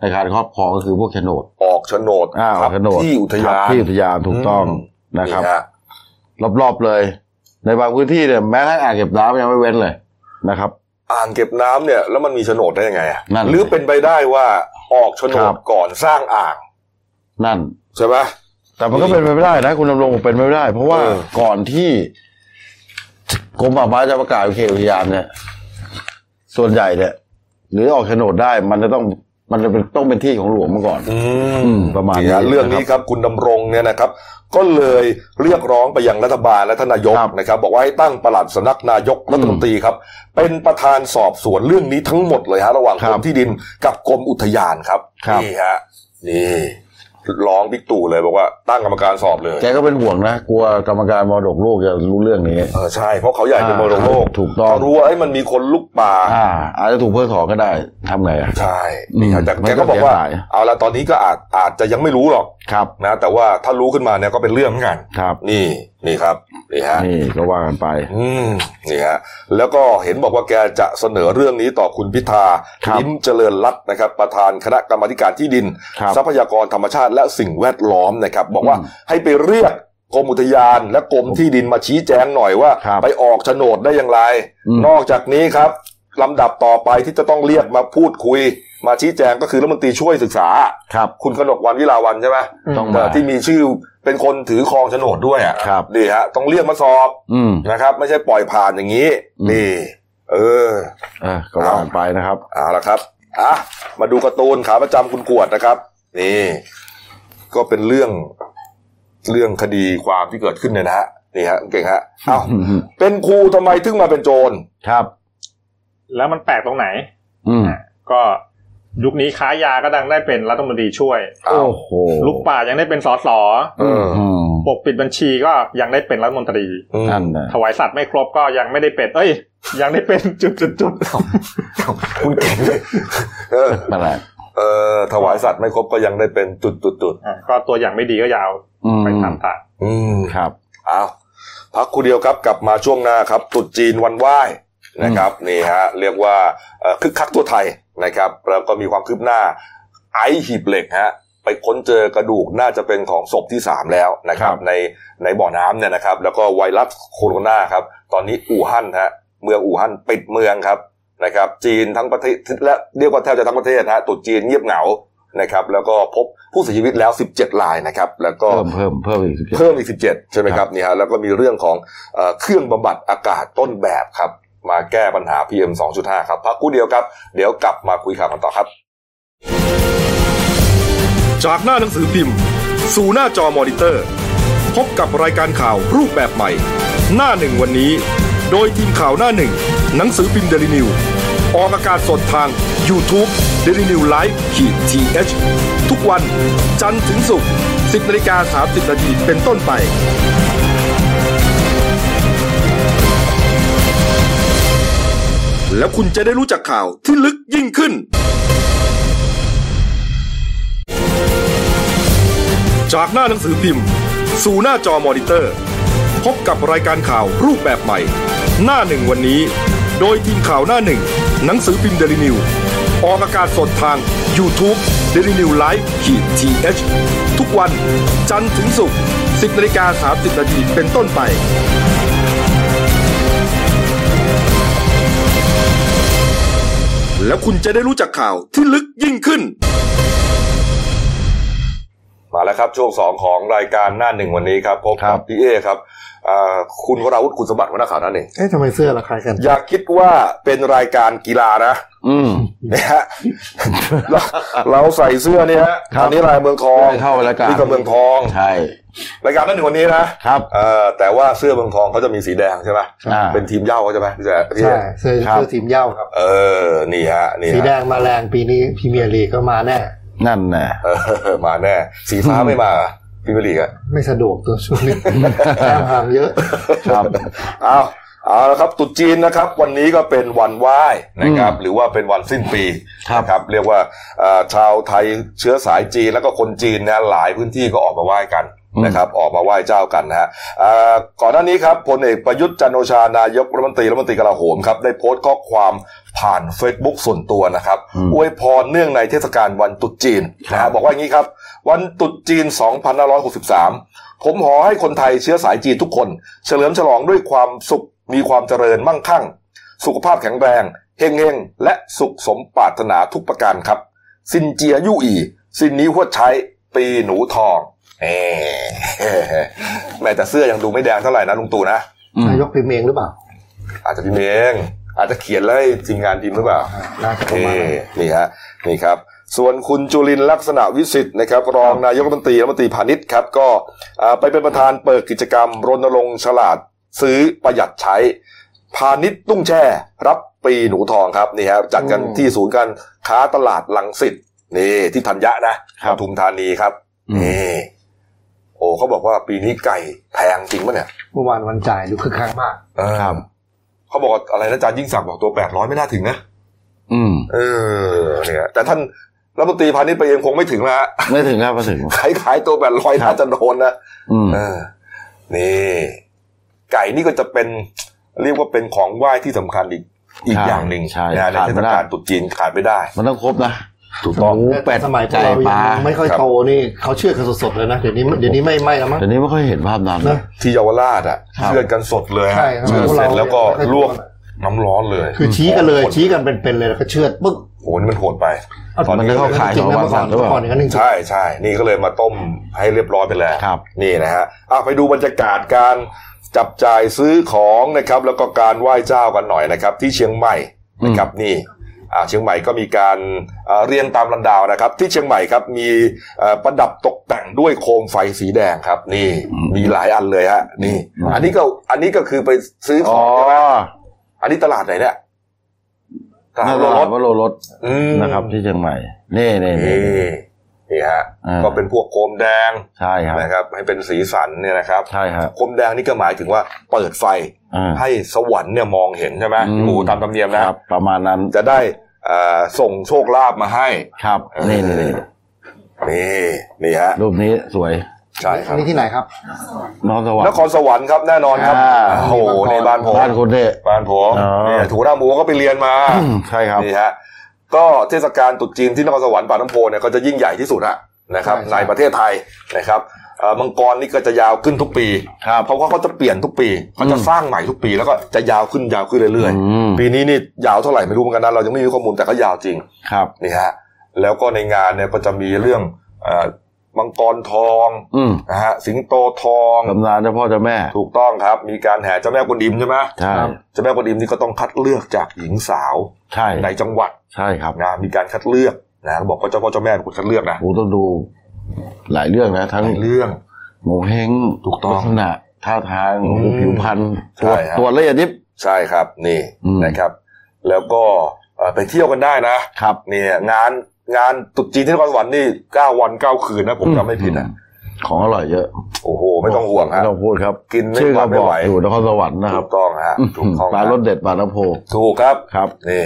Speaker 2: ในการครอบครองก็คือพวกโฉนด
Speaker 1: ออกโฉนด
Speaker 2: อ่า
Speaker 1: ครับ
Speaker 2: โฉนด
Speaker 1: ที่อุทยา
Speaker 2: ครับ
Speaker 1: น
Speaker 2: ที่อุทยานถูกต้อง
Speaker 1: ม
Speaker 2: นะครับ
Speaker 1: ฮ
Speaker 2: รอบๆเลย ในบางพื้นที่เนี่ยแม้กระทั่งอ่างเก็บน้ำยังไม่เว้นเลยนะครับ
Speaker 1: อ่างเก็บน้ำเนี่ย แล้วมันมีโฉนดได้ยังไงอะ
Speaker 2: นั่น
Speaker 1: หรือเป็นไปได้ว่าออกโฉน
Speaker 2: ครั
Speaker 1: ด
Speaker 2: บ
Speaker 1: ก่อนสร้างอ่าง
Speaker 2: นั่น
Speaker 1: ใช่ไหม
Speaker 2: แต่มันก็เป็นไปไม่ได้นะคุณดำรงบอกเป็นไปไม่ได้ เพราะว่า
Speaker 1: เออ
Speaker 2: ก่อนที่กรมป่าไม้จะประกาศเขตอุทยานเนี่ย ส่วนใหญ่เนี่ย หรือออกโฉนดได้มันจะต้องมันจะเป็นต้องเป็นที่ของหลวงมาก่อน
Speaker 1: อื
Speaker 2: อืมประมาณนี้
Speaker 1: ฮเรื่องนี้ครับคุณดำรงเนี่ยนะครับ ก็เลยเรียกร้องไปยังรัฐบาลและทานนายก
Speaker 2: ครับ
Speaker 1: นะครับ บอกว่าให้ตั้งประหลัดสำนักนายกรัฐมนตรีครับ เป็นประธานสอบสวนเรื่องนี้ทั้งหมดเลยฮะระหว่าง
Speaker 2: ครั
Speaker 1: ก
Speaker 2: บ
Speaker 1: รมที่ดินกับกรมอุทยานครับ
Speaker 2: ครับ
Speaker 1: นี่ฮะนี่ร้องบิ๊กตู่เลยบอกว่าตั้งกรรมการสอบเลย
Speaker 2: แกก็เป็นห่วงนะกลัวกรรมการมรดกโลกจะรู้เรื่องนี้
Speaker 1: เออใช่เพราะเขาใหญ่เป็นมรดกโลก
Speaker 2: อ่าถูกต้อง
Speaker 1: เขารู้ว่าไอ้ยมันมีคนลุกป่า
Speaker 2: อ่า อาจจะถูกเพิกถอนก็ได้ทำไงอ่ะ
Speaker 1: ใช่นี่ครับแต่
Speaker 2: อืม
Speaker 1: แกก็บอกว่า
Speaker 2: มันก็เสียหาย
Speaker 1: เอาละตอนนี้ก็อาจอาจจะยังไม่รู้หรอก
Speaker 2: ครับ
Speaker 1: นะแต่ว่าถ้ารู้ขึ้นมาเนี่ยก็เป็นเรื่องเหมือนกัน
Speaker 2: ครับ
Speaker 1: นี่นี่ครับนี่ฮะ
Speaker 2: นี่ก็ว่ากันไป
Speaker 1: อืมนี่ฮะแล้วก็เห็นบอกว่าแกจะเสนอเรื่องนี้ต่อคุณพิธา
Speaker 2: ครับ
Speaker 1: ลิ้มเจริญรัตน์นะครับ ประธานคณะกรรมาธิการที่ดิน
Speaker 2: ครับ
Speaker 1: ทรัพยากรธรรมชาติและสิ่งแวดล้อมนะครับ บอกว่า
Speaker 2: อืม
Speaker 1: ให้ไปเรียกกรมอุทยาน และกรมที่ดินมาชี้แจงหน่อยว่า
Speaker 2: ครับ
Speaker 1: ไปออกโฉนดได้อย่างไร
Speaker 2: อืม
Speaker 1: นอกจากนี้ครับลำดับต่อไปที่จะต้องเรียกมาพูดคุย มาชี้แจงก็คือรัฐมนตรีช่วยศึกษา
Speaker 2: ครับ
Speaker 1: คุณกนกวันวิลาวันใช่ไหม
Speaker 2: ต้อง
Speaker 1: เอ่
Speaker 2: มา
Speaker 1: อที่มีชื่อเป็นคนถือครองโฉนดด้วยอ่ะ
Speaker 2: ครับ
Speaker 1: นี่ฮะต้องเรียกมาสอบ
Speaker 2: อืม
Speaker 1: นะครับ ไม่ใช่ปล่อยผ่านอย่างนี้
Speaker 2: อืม
Speaker 1: นี่ เออ
Speaker 2: เออก็ว่ากันไปนะครับ
Speaker 1: เอาละครับอ่ะมาดูการ์ตูนขาประจำคุณกวดนะครับ นี่ ก็เป็นเรื่องเรื่องคดีความที่เกิดขึ้นเนี่ยนะฮะนี่ฮะเก่งฮะเอ้า เป็นครูทำไมถึงมาเป็นโจร
Speaker 2: ครับ
Speaker 3: แล้วมันแปลกตรงไหน
Speaker 2: อืม
Speaker 3: ก็ยุคนี้ค้ายาก็ดังได้เป็นรัฐมนตรีช่วย
Speaker 1: อ้าว
Speaker 2: โอ้โห
Speaker 3: ลุกป่ายังได้เป็นสส
Speaker 1: เออ
Speaker 2: อืม
Speaker 3: ปกปิดบัญชีก็ยังได้เป็นรัฐมนตรี
Speaker 1: อืม
Speaker 2: นั่นนะ
Speaker 3: ถวายสัตว์ไม่ครบก็ยังไม่ได้เป็น เอ้ย ยังได้เป็นจุดจุดจุด
Speaker 1: คุณเก่ง เออ
Speaker 2: นั่นแหละ
Speaker 1: เออถวายสัตว์ไม่ครบก็ยังได้เป็นจุดจุดจุด
Speaker 3: อ่ะก็ตัวอย่างไม่ดีก็ยาว
Speaker 2: อืม
Speaker 3: ไปตามตา
Speaker 1: อืม
Speaker 2: ครับ
Speaker 1: อ้าวพักครู่เดียวครับกลับมาช่วงหน้าครับตรุษจีนวันไหว้นะครับนี่ฮะเรียกว่าเอ่อคึกคักทั่วไทยนะครับแล้วก็มีความคืบหน้าไอซ์หีบเหล็กฮะไปค้นเจอกระดูกน่าจะเป็นของศพที่ 3 แล้วนะครับ
Speaker 2: ครับ
Speaker 1: ในในบ่อน้ำเนี่ยนะครับแล้วก็ไวรัสโคโรนาครับ ตอนนี้อู่ฮั่นฮะเมืองอู่ฮั่นปิดเมืองครับนะครับ จีนทั้งประเทศและเรียกว่าแทบจะทั้งประเทศฮะตรุษจีนเงียบเหงานะครับแล้วก็พบผู้เสียชีวิตแล้ว 17รายนะครับแล้วก็
Speaker 2: เพิ่มเพิ่มเพิ่มอีกสิบเจ็ด
Speaker 1: เพิ่มอีก 17 ใช่ไหมครับนี่ฮะแล้วก็มีเรื่องของเอ่อเครื่องบำบัดอากาศต้นแบบครับ มาแก้ปัญหา PM 2.5 ครับ พักกูเดียวครับ เดี๋ยวกลับมาคุยข่าวกันต่อครับ
Speaker 10: จากหน้าหนังสือพิมพ์ สู่หน้าจอมอนิเตอร์ พบกับรายการข่าวรูปแบบใหม่ หน้าหนึ่งวันนี้ โดยทีมข่าวหน้าหนึ่ง หนังสือพิมพ์เดลิวิวออกอากาศสดทาง y o u t u เด d ิวิวไลฟ์ขีดทีเทุกวันจันทร์ถึงศุกร์10นาฬิกา30นาทีเป็นต้นไป แล้วคุณจะได้รู้จักข่าวที่ลึกยิ่งขึ้น จากหน้าหนังสือพิมพ์ สู่หน้าจอมอนิเตอร์ พบกับรายการข่าวรูปแบบใหม่ หน้าหนึ่งวันนี้ โดยทีมข่าวหน้าหนึ่ง หนังสือพิมพ์เดลิวิวออกอากาศสดทาง y o u t u เด d ิวิวไลฟ์ขีดทีเทุกวันจันทร์ถึงศุกร์10นาฬิกา30นาทีเป็นต้นไป แล้วคุณจะได้รู้จักข่าวที่ลึกยิ่งขึ้น
Speaker 1: มาแล้วครับ ช่วง 2 ของรายการหน้าหนึ่งวันนี้ครับพบ
Speaker 2: ครั
Speaker 1: กับบ พี่เอครับอ่าคุณวราวุฒิคุณสมบัติหัวหน้าข่าวหนั่นเอง
Speaker 11: เอ๊ะทำไมเสื้อราคล้ายกัน
Speaker 1: อย่าคิดว่าเป็นรายการกีฬา นะ
Speaker 2: อืม
Speaker 1: เนี่ยฮะเราเราใส่เสื้อเนี่ยฮะ
Speaker 2: ครับ
Speaker 1: อันนี้ลายเมืองทอง
Speaker 2: เข้าแล้วกัน
Speaker 1: นี่ก็เมืองทอง
Speaker 2: ใช่
Speaker 1: รายการหนั่นหนึ่งวันนี้นะครับ เอ่อแต่ว่าเสื้อเมืองทองเขาจะมีสีแดงใช่ไหม
Speaker 2: อ่า
Speaker 1: เป็นทีมเหย้าเขาใช่ไหมพี่แจ๊คพี่เอ
Speaker 11: ใช่เสื้อ
Speaker 2: ครับ
Speaker 11: เสื้อทีมเหย้าครับ
Speaker 1: เออ นี่ฮะ นี่
Speaker 11: สีแด
Speaker 1: ฮะ
Speaker 11: งมาแรงปีนี้พรีเมียร์ลีกก็มาแน่
Speaker 2: นั่นแน่
Speaker 1: เออ มาแน่ สีฟ้าไม่มาพี่มลีกอะ
Speaker 11: ไม่สะดวกตัวช่วงนี้ แต้มห่างเยอะ
Speaker 2: ครับ
Speaker 1: เอาเอาละครับตรุษจีนนะครับ วันนี้ก็เป็นวันไหว้นะครับ
Speaker 2: อืม
Speaker 1: หรือว่าเป็นวันสิ้นปี
Speaker 2: ครับ
Speaker 1: นะครับ เรียกว่าเอ่อชาวไทยเชื้อสายจีนแล้วก็คนจีนนะหลายพื้นที่ก็ออกมาไหว้กันนะครับ ออกมาไหว้เจ้ากันนะฮะเอ่อก่อนหน้านี้ครับพลเอกประยุทธ์จันทร์โอชานายกรัฐมนตรีรัฐมนตรีกลาโหมครับได้โพสต์ข้อความผ่าน Facebook ส่วนตัวนะครับ อวยพรเนื่องในเทศกาลวันตรุษจีนนะฮะบอกว่าอย่างนี้ครับ วันตรุษจีน 2563 ผมขอให้คนไทยเชื้อสายจีนทุกคน เฉลิมฉลองด้วยความสุขมีความเจริญมั่งคั่ง สุขภาพแข็งแรงเฮงเฮงๆและสุขสมปรารถนาทุกประการครับ สินเจียยู่อีสินนี้หัวใช้ปีหนูทองเอ่อ แม้แต่เสื้อยังดูไม่แดงเท่าไหร่นะลุงตู่นะ
Speaker 2: อืม
Speaker 11: นายกพิมพ์เองหรือเปล่า
Speaker 1: อาจจะพิมพ์เองอาจจะเขียนแล้วให้ทีมงานพิมพ์หรือเปล่า
Speaker 11: น่าจะประมาณ
Speaker 1: นี่
Speaker 11: นั้น
Speaker 1: นี่ฮะนี่ครับ ส่วนคุณจุลินลักษณะวิสิทธิ์นะครับ รองนายกรัฐมนตรีรัฐมนตรีพาณิชย์ครับ ก็อ่าไปเป็นประธานเปิดกิจกรรม รณรงค์ฉลาด ซื้อประหยัดใช้ พาณิชย์ตุ้งแช่ รับปีหนูทองครับนี่ฮะจัดกัน
Speaker 11: อืม
Speaker 1: ที่ศูนย์การค้าตลาดลังสิตนี่ที่ธัญญะนะปทุมธานีครับ
Speaker 2: อืม
Speaker 1: นี่โอ้เขาบอกว่าปีนี้ไก่แพงจริงปะเนี่ย
Speaker 11: เมื่อวานวันจ่ายดูคึกคักมาก
Speaker 1: เออ
Speaker 2: ครับ
Speaker 1: เขาบอกว่าอะไรนะอาจารย์ยิ่งศักดิ์บอกตัวแปดร้อยไม่น่าถึงนะ
Speaker 2: อืม
Speaker 1: เออเนี่ยแต่ท่านรัฐมนตรีพาณิชย์ไปเองคงไม่ถึงนะฮะ
Speaker 2: ไม่ถึงครับไม่ถึง
Speaker 1: ขายขายตัวแบบลอย
Speaker 2: ครับ
Speaker 1: น่าจะโดนนะ
Speaker 2: อืม
Speaker 1: เออนี่ ไก่นี่ก็จะเป็น เรียกว่าเป็นของไหว้ที่สำคัญอีกอีก
Speaker 2: ใช่
Speaker 1: อย่างหนึ่ง
Speaker 2: ใช่
Speaker 1: นะใน
Speaker 2: ขาด
Speaker 1: เท
Speaker 2: ไม่
Speaker 1: ศ
Speaker 2: ได้
Speaker 1: กาลตรุษจีนขาดไม่ได้
Speaker 2: มันต้องครบนะ
Speaker 1: ถูกต้อง
Speaker 2: หมูเป็ด
Speaker 11: สมัยพว
Speaker 2: ไก่
Speaker 11: กเรา
Speaker 2: ปลา
Speaker 11: ยังไม่ค่อย
Speaker 1: ครับ
Speaker 11: โตนี่เขาเชื่อกันสดๆเลยนะ เดี๋ยวนี้เดี๋ยวนี้ไม่ไม่แล้วมั้ง
Speaker 2: เดี๋ยวนี้ไม่ค่อยเห็นภาพนั้น
Speaker 11: นะ
Speaker 1: ที่เยาวราชอ่ะ
Speaker 2: ครับ
Speaker 1: เชือดกันสดเลยฮะ
Speaker 11: ใช่ครับ
Speaker 1: เชือดเสร็จแล้วก็
Speaker 11: เรา
Speaker 1: ล
Speaker 11: ล
Speaker 1: ว
Speaker 11: ว
Speaker 1: ก
Speaker 11: ก
Speaker 1: น้ำร้อนเลย
Speaker 11: คือชี้กันเลย
Speaker 1: โอ้โห
Speaker 11: ชี้กันเป็นๆเลยแล้วก็เชือดปึ๊ก
Speaker 1: โอ้โหนี่มันโหดไป ตอน
Speaker 2: มัน
Speaker 1: นี้
Speaker 2: ก็
Speaker 1: ก็
Speaker 2: เข้าขาย
Speaker 11: จริ
Speaker 2: ข
Speaker 11: ง
Speaker 2: อง
Speaker 11: นะ
Speaker 2: บาง
Speaker 11: เมื่อก่
Speaker 2: สั
Speaker 11: อน
Speaker 2: ตว์หรือ
Speaker 11: เมื่
Speaker 2: เปล่า
Speaker 11: อก่อนอย่างนั้นจริง
Speaker 1: ใช่ใช่นี่ก็เลยมาต้มให้เรียบร้อยไปแล้ว
Speaker 2: ครับ
Speaker 1: นี่นะฮะอ่ะไปดูบรรยากาศการจับจ่ายซื้อของนะครับ แล้วก็การไหว้เจ้ากันหน่อยนะครับ ที่เชียงใหม่นะครับนี่อ่าเชียงใหม่ก็มีการอ่าเรียงตามลำดาวนะครับ ที่เชียงใหม่ครับมีเอ่อประดับตกแต่งด้วยโคมไฟสีแดงครับ นี่มีหลายอันเลยฮะนี่
Speaker 2: อืม
Speaker 1: อันนี้ก็อันนี้ก็คือไปซื้อข
Speaker 2: อ๋
Speaker 1: อ
Speaker 2: อง
Speaker 1: ใช่ไหมอันนี้ตลาดไหนเนี่ยตลาด
Speaker 2: น่า
Speaker 1: โล
Speaker 2: จะ
Speaker 1: ร
Speaker 2: หา
Speaker 1: ส
Speaker 2: ว่าโลรถ
Speaker 1: อืม
Speaker 2: นะครับที่เชียงใหม่นี่นี่นี่
Speaker 1: นี่นี่ฮะ
Speaker 2: อ่า
Speaker 1: ก็เป็นพวกโคมแดง
Speaker 2: ใช่ครับ
Speaker 1: นะครับ ให้เป็นสีสันเนี่ยนะครับ
Speaker 2: ใช่ครับ
Speaker 1: โคมแดงนี่ก็หมายถึงว่าเปิดไฟ
Speaker 2: อ่า
Speaker 1: ให้สวรรค์เนี่ยมองเห็นใช่ไหม
Speaker 2: อืม
Speaker 1: หมูตามธรรมเนียมนะครับ
Speaker 2: ประมาณนั้น
Speaker 1: จะได้เอ่อส่งโชคลาภมาให้
Speaker 2: ครับนี่นี่นี่
Speaker 1: นี่นี่ฮะ
Speaker 2: รูปนี้สวย
Speaker 1: ใช่ครับ
Speaker 11: นี่ที่ไหนครับ
Speaker 2: นครสวรร
Speaker 1: น
Speaker 2: ค์
Speaker 1: ครสวรรค์ครับแน่นอนครับ
Speaker 2: อ่า
Speaker 1: โอ้โหในบ้านผม
Speaker 2: บ้านคุณเด้
Speaker 1: บ้านผม
Speaker 2: อ๋อ
Speaker 1: เนี่ยถูหน้าหมูก็ไปเรียนมา
Speaker 2: ใช่ครับ
Speaker 1: นี่ฮะก็เทศกาลตรุษจีนที่นครสวรรค์ป่าน้ำโพเนี่ยก็จะยิ่งใหญ่ที่สุดฮะนะครับ
Speaker 11: ใช่ใช่
Speaker 1: ในประเทศไทยนะครับ เอ่อมังกรนี่ก็จะยาวขึ้นทุกปี เพราะว่าเขาจะเปลี่ยนทุกปีเขาจะสร้างใหม่ทุกปีแล้วก็จะยาวขึ้นยาวขึ้นเรื่อยๆ ปีนี้นี่ยาวเท่าไหร่ไม่รู้เหมือนกันนะเรายังไม่มีข้อมูลแต่ก็ยาวจริง
Speaker 2: ครับ
Speaker 1: นี่ฮะแล้วก็ในงานเนี่ยก็จะมีเรื่องเอ่อมังกรทอง
Speaker 2: อืม
Speaker 1: นะฮะสิงโตทอง
Speaker 2: ตำนานเจ้าพ่อเจ้าแม่
Speaker 1: ถูกต้องครับ มีการแห่เจ้าแม่กวนอิมใช่ไหม
Speaker 2: ใช่
Speaker 1: ครับเจ้าแม่กวนอิมนี่ก็ต้องคัดเลือกจากหญิงสาว
Speaker 2: ใช่
Speaker 1: ในจังหวัด
Speaker 2: ใช่ครับ
Speaker 1: นะมีการคัดเลือกนะบอกว่าเจ้าพ่อเจ้าแม่เป็นคนคัดเลือกนะ
Speaker 2: ผมต้องดูหลายเรื่องนะ ทั้ง
Speaker 1: เรื่อง
Speaker 2: โมเฮง
Speaker 1: ถูกต้อง
Speaker 2: ลัษณะท่าทาง
Speaker 1: อืม
Speaker 2: ผิวพรรณ
Speaker 1: ใช่
Speaker 2: ตัว
Speaker 1: ฮะ
Speaker 2: ตัวละเอียดยิบ
Speaker 1: ใช่ครับนี่
Speaker 2: อืม
Speaker 1: นะครับ แล้วก็เอ่อไปเที่ยวกันได้นะครับ เนี่ยงานงานตรุษจีนที่นครสวรรค์นี่เก้าวันเก้าคืนนะผมจำไม่ผิดนะ
Speaker 2: ของอร่อยเยอะ
Speaker 1: โอ้โห ไม่ต้องห่วง
Speaker 2: ไม่
Speaker 1: ฮะ
Speaker 2: ต้องพูดครับ
Speaker 1: กินไม่
Speaker 2: ชื่อ
Speaker 1: หวา
Speaker 2: ก็
Speaker 1: นไม่
Speaker 2: บอก
Speaker 1: ไหว
Speaker 2: อยู่นครสวรรค์นะครั
Speaker 1: ถู
Speaker 2: บ
Speaker 1: กต้องฮะถูกต้อง
Speaker 2: ป
Speaker 1: ค
Speaker 2: ลา
Speaker 1: บ
Speaker 2: รสเด็ดปลาน้ำโพ
Speaker 1: ถูกครับ
Speaker 2: ครับ
Speaker 1: นี่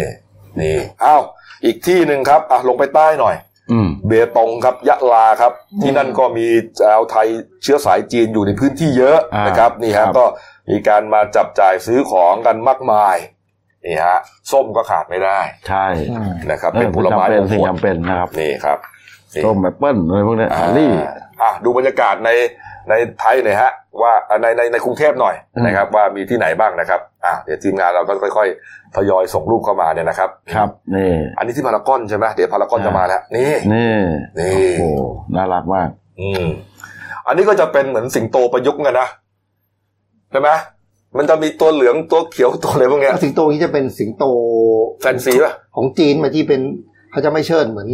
Speaker 1: นี่อ้าวอีกที่หนึ่งครับอ่ะลงไปใต้หน่อย
Speaker 2: อืม
Speaker 1: เบตงครับยะลาครับ ที่นั่นก็มีชาวไทยเชื้อสายจีนอยู่ในพื้นที่เยอะ
Speaker 2: อ่าน
Speaker 1: นะครับนี่
Speaker 2: ครั
Speaker 1: ฮะ
Speaker 2: บ
Speaker 1: ก็มีการมาจับจ่ายซื้อของกันมากมายนี่ฮะส้มก็ขาดไม่ได้
Speaker 2: ใช่
Speaker 1: นะครับ เป็นผลไม้
Speaker 2: จำเป็
Speaker 1: ม
Speaker 2: น
Speaker 1: ง
Speaker 2: สิ่ง
Speaker 1: คล
Speaker 2: จำเป็นนะครับ
Speaker 1: นี่ครับนี่
Speaker 2: ต้มแอปเปิ้ลอะไรพวกเนี้ย
Speaker 1: อ่า
Speaker 2: สาลี่
Speaker 1: อ่ะดูบรรยากาศในในไทยหน่อยฮะ ว่าอ่ะในในในกรุงเทพหน่อย
Speaker 2: อืม
Speaker 1: นะครับ ว่ามีที่ไหนบ้างนะครับอ่ะเดี๋ยวทีมงานเราก็ค่อยๆทยอยส่งรูปเข้ามาเนี่ยนะครับ
Speaker 2: ครับนี่
Speaker 1: อันนี้ที่พารากอนใช่ไหมเดี๋ยวพารากอน
Speaker 2: ใช่
Speaker 1: จะมาแล้ว นี่
Speaker 2: นี่
Speaker 1: นี่
Speaker 2: โอ้โหน่ารักมาก
Speaker 1: อืมอันนี้ก็จะเป็นเหมือนสิงโตประยุกต์กันนะใช่ไหมมันจะมีตัวเหลืองตัวเขียวตัวอะไรพวกเนี้ย
Speaker 11: แล้วสิงโตนี้จะเป็นสิงโต
Speaker 1: แฟนซีป่ะ
Speaker 11: ของจีนมาที่เป็นเขาจะไม่เชิดเหมือน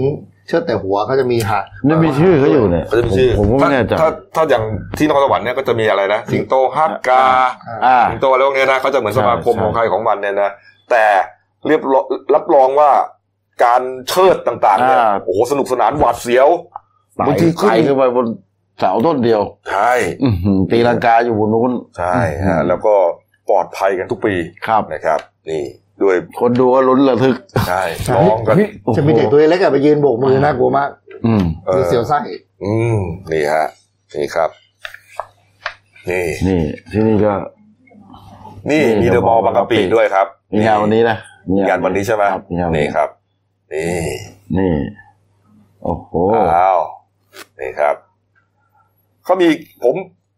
Speaker 11: เชิดแต่หัวเขาจะมีหาง
Speaker 2: นี่มีชื่อเขาอยู่เนี่ย
Speaker 1: เขาจะมีชื่อ
Speaker 2: ผมผมก็ไม่แน่ใจ
Speaker 1: ถ้าถ้าถ้าอย่างที่นครสวรรค์เนี่ยก็จะมีอะไรนะสิงโตฮักกา
Speaker 2: อ่า
Speaker 1: สิงโตอะไรพวกเนี้ยนะเขาจะเหมือนสมาคม
Speaker 2: ใช่
Speaker 1: ของใครของมันเนี่ยนะแต่เรียบร้อยรับรองว่าการเชิดต่างๆเนี่ยโอ้โหสนุกสนานหวาดเสียว
Speaker 2: ไต่
Speaker 1: บางทีขึ้น
Speaker 2: ไต่ขึ้นไปบนเสาต้นเดียว
Speaker 1: ใช่
Speaker 2: อื้อหือตีลังกาอยู่บนนู้น
Speaker 1: ใช่ฮะแล้วก็ปลอดภัยกันทุกปี
Speaker 2: ครับ
Speaker 1: นะครับ นี่ด้วย
Speaker 2: คนดูก็ลุ้นระทึก
Speaker 1: ใช่ร้องกัน
Speaker 2: โอ้โห
Speaker 11: จะมีเด็กตัวเล็กอะไปยืนโบกมือน่ากลัวมาก
Speaker 2: อืม
Speaker 1: เออ
Speaker 11: มีเสียวไส้
Speaker 1: อืม นี่ฮะ นี่ครับ นี่
Speaker 2: นี่ ที่นี่ก็
Speaker 1: นี่
Speaker 2: นี่
Speaker 1: มีเดอะมอลล์บางกะปิ
Speaker 2: บางกะปิ
Speaker 1: ด้วยครับ
Speaker 2: มีงานวันนี้นะ
Speaker 1: มีงานวันนี้ใช่ไหม
Speaker 2: ครับมีงานวัน
Speaker 1: นี่
Speaker 2: นี้
Speaker 1: ครับ นี่
Speaker 2: นี่ โอ้โห
Speaker 1: อ้าวนี่ครับเขามีผม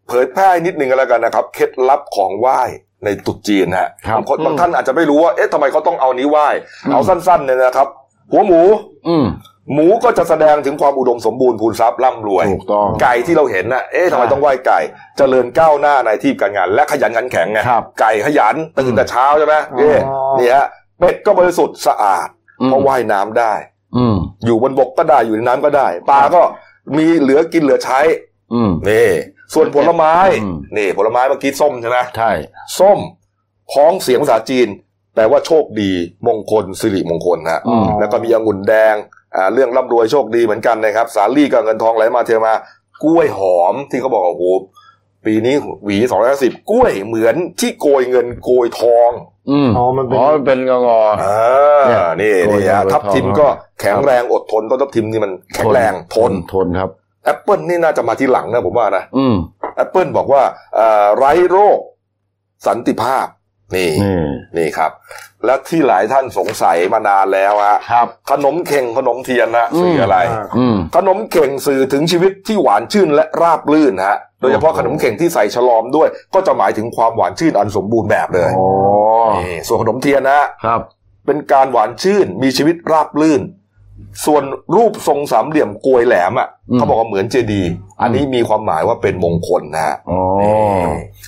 Speaker 1: เผยแพร่นิดนึงก็แล้วกันนะครับ เคล็ดลับของไหว้ในตรุษจีนฮะ
Speaker 2: ครับ
Speaker 1: บางคนบางท่านอาจจะไม่รู้ว่า เอ๊ะทำไมเขาต้องเอานี้ไหว้ เอาสั้นๆเนี่ยนะครับ หัวหมู
Speaker 2: อืม
Speaker 1: หมูก็จะแสดงถึงความอุดมสมบูรณ์พูนทรัพย์ร่ำรวย
Speaker 2: ถูกต้อง
Speaker 1: ไก่ที่เราเห็นนะเอ๊ะทำไมต้องไหว้ไก่ เจริญก้าวหน้าในที่การงาน และขยันขันแข็งไง
Speaker 2: ครับ
Speaker 1: ไก่ขยันตื่นแต่เช้าใช่ไหมเอ๊ะนี่ฮะเป็ดก็บริสุทธิ์สะอาด
Speaker 2: อืม
Speaker 1: เพราะว่ายน้ำได้
Speaker 2: อืม
Speaker 1: อยู่บนบกก็ได้อยู่ในน้ำก็ได้ ปลาก็มีเหลือกินเหลือใช้
Speaker 2: อืม
Speaker 1: นี่ ส่วนผลไม้
Speaker 2: อืม
Speaker 1: นี่ ผลไม้เมื่อกี้ส้มใช่ไหม
Speaker 2: ใช่
Speaker 1: ส้มพ้องเสียงภาษาจีน แปลว่าโชคดีมงคลสิริมงคลนะ
Speaker 2: อืม
Speaker 1: แล้วก็มีองุ่นแดงอ่าเรื่องร่ำรวยโชคดีเหมือนกันนะครับ สาลี่กับเงินทองไหลมาเทมากล้วยหอมที่เขาบอกว่าโอ้โหปีนี้หวีสองร้อยสิบกล้วยเหมือนที่โกยเงินโกยทอง
Speaker 2: อืม
Speaker 11: อ๋อมันเป็น
Speaker 2: อ๋อมันเป็นงองอ
Speaker 1: อ่านี่
Speaker 2: โกย
Speaker 1: นี่
Speaker 2: เงิน
Speaker 1: ฮะ
Speaker 2: โกยทอง
Speaker 1: ทับทิม
Speaker 2: ครับ
Speaker 1: ก็แข็งแรงอดทนต้นทับทิมนี่มันแข็งแรงทน
Speaker 2: ทนครับ
Speaker 1: แอปเปิลนี่น่าจะมาทีหลังนะผมว่านะ
Speaker 2: อืม
Speaker 1: แอปเปิลบอกว่าอ่าไร้โรค สันติภาพ นี่
Speaker 2: นี่
Speaker 1: นี่ครับ และที่หลายท่านสงสัยมานานแล้วฮะ
Speaker 2: ครับ
Speaker 1: ขนมเข่งขนมเทียนนะสีอะไร
Speaker 2: อืม
Speaker 1: ขนมเข่งสื่อถึงชีวิตที่หวานชื่นและราบรื่นฮะ โดยเฉพาะ
Speaker 2: โอ้
Speaker 1: ข
Speaker 2: โห
Speaker 1: นมเข่งที่ใส่ฉลอมด้วย ก็จะหมายถึงความหวานชื่นอันสมบูรณ์แบบเลย
Speaker 2: อ๋อ
Speaker 1: นี่ส่วนขนมเทียนนะฮะ
Speaker 2: ครับ
Speaker 1: เป็นการหวานชื่นมีชีวิตราบรื่น ส่วนรูปทรงสามเหลี่ยมกลวยแหลมอ่ะ
Speaker 2: อืม
Speaker 1: เขาบอกว่าเหมือนเจดีย์อันนี้มีความหมายว่าเป็นมงคลนะฮะ
Speaker 2: อ๋อ
Speaker 1: นี่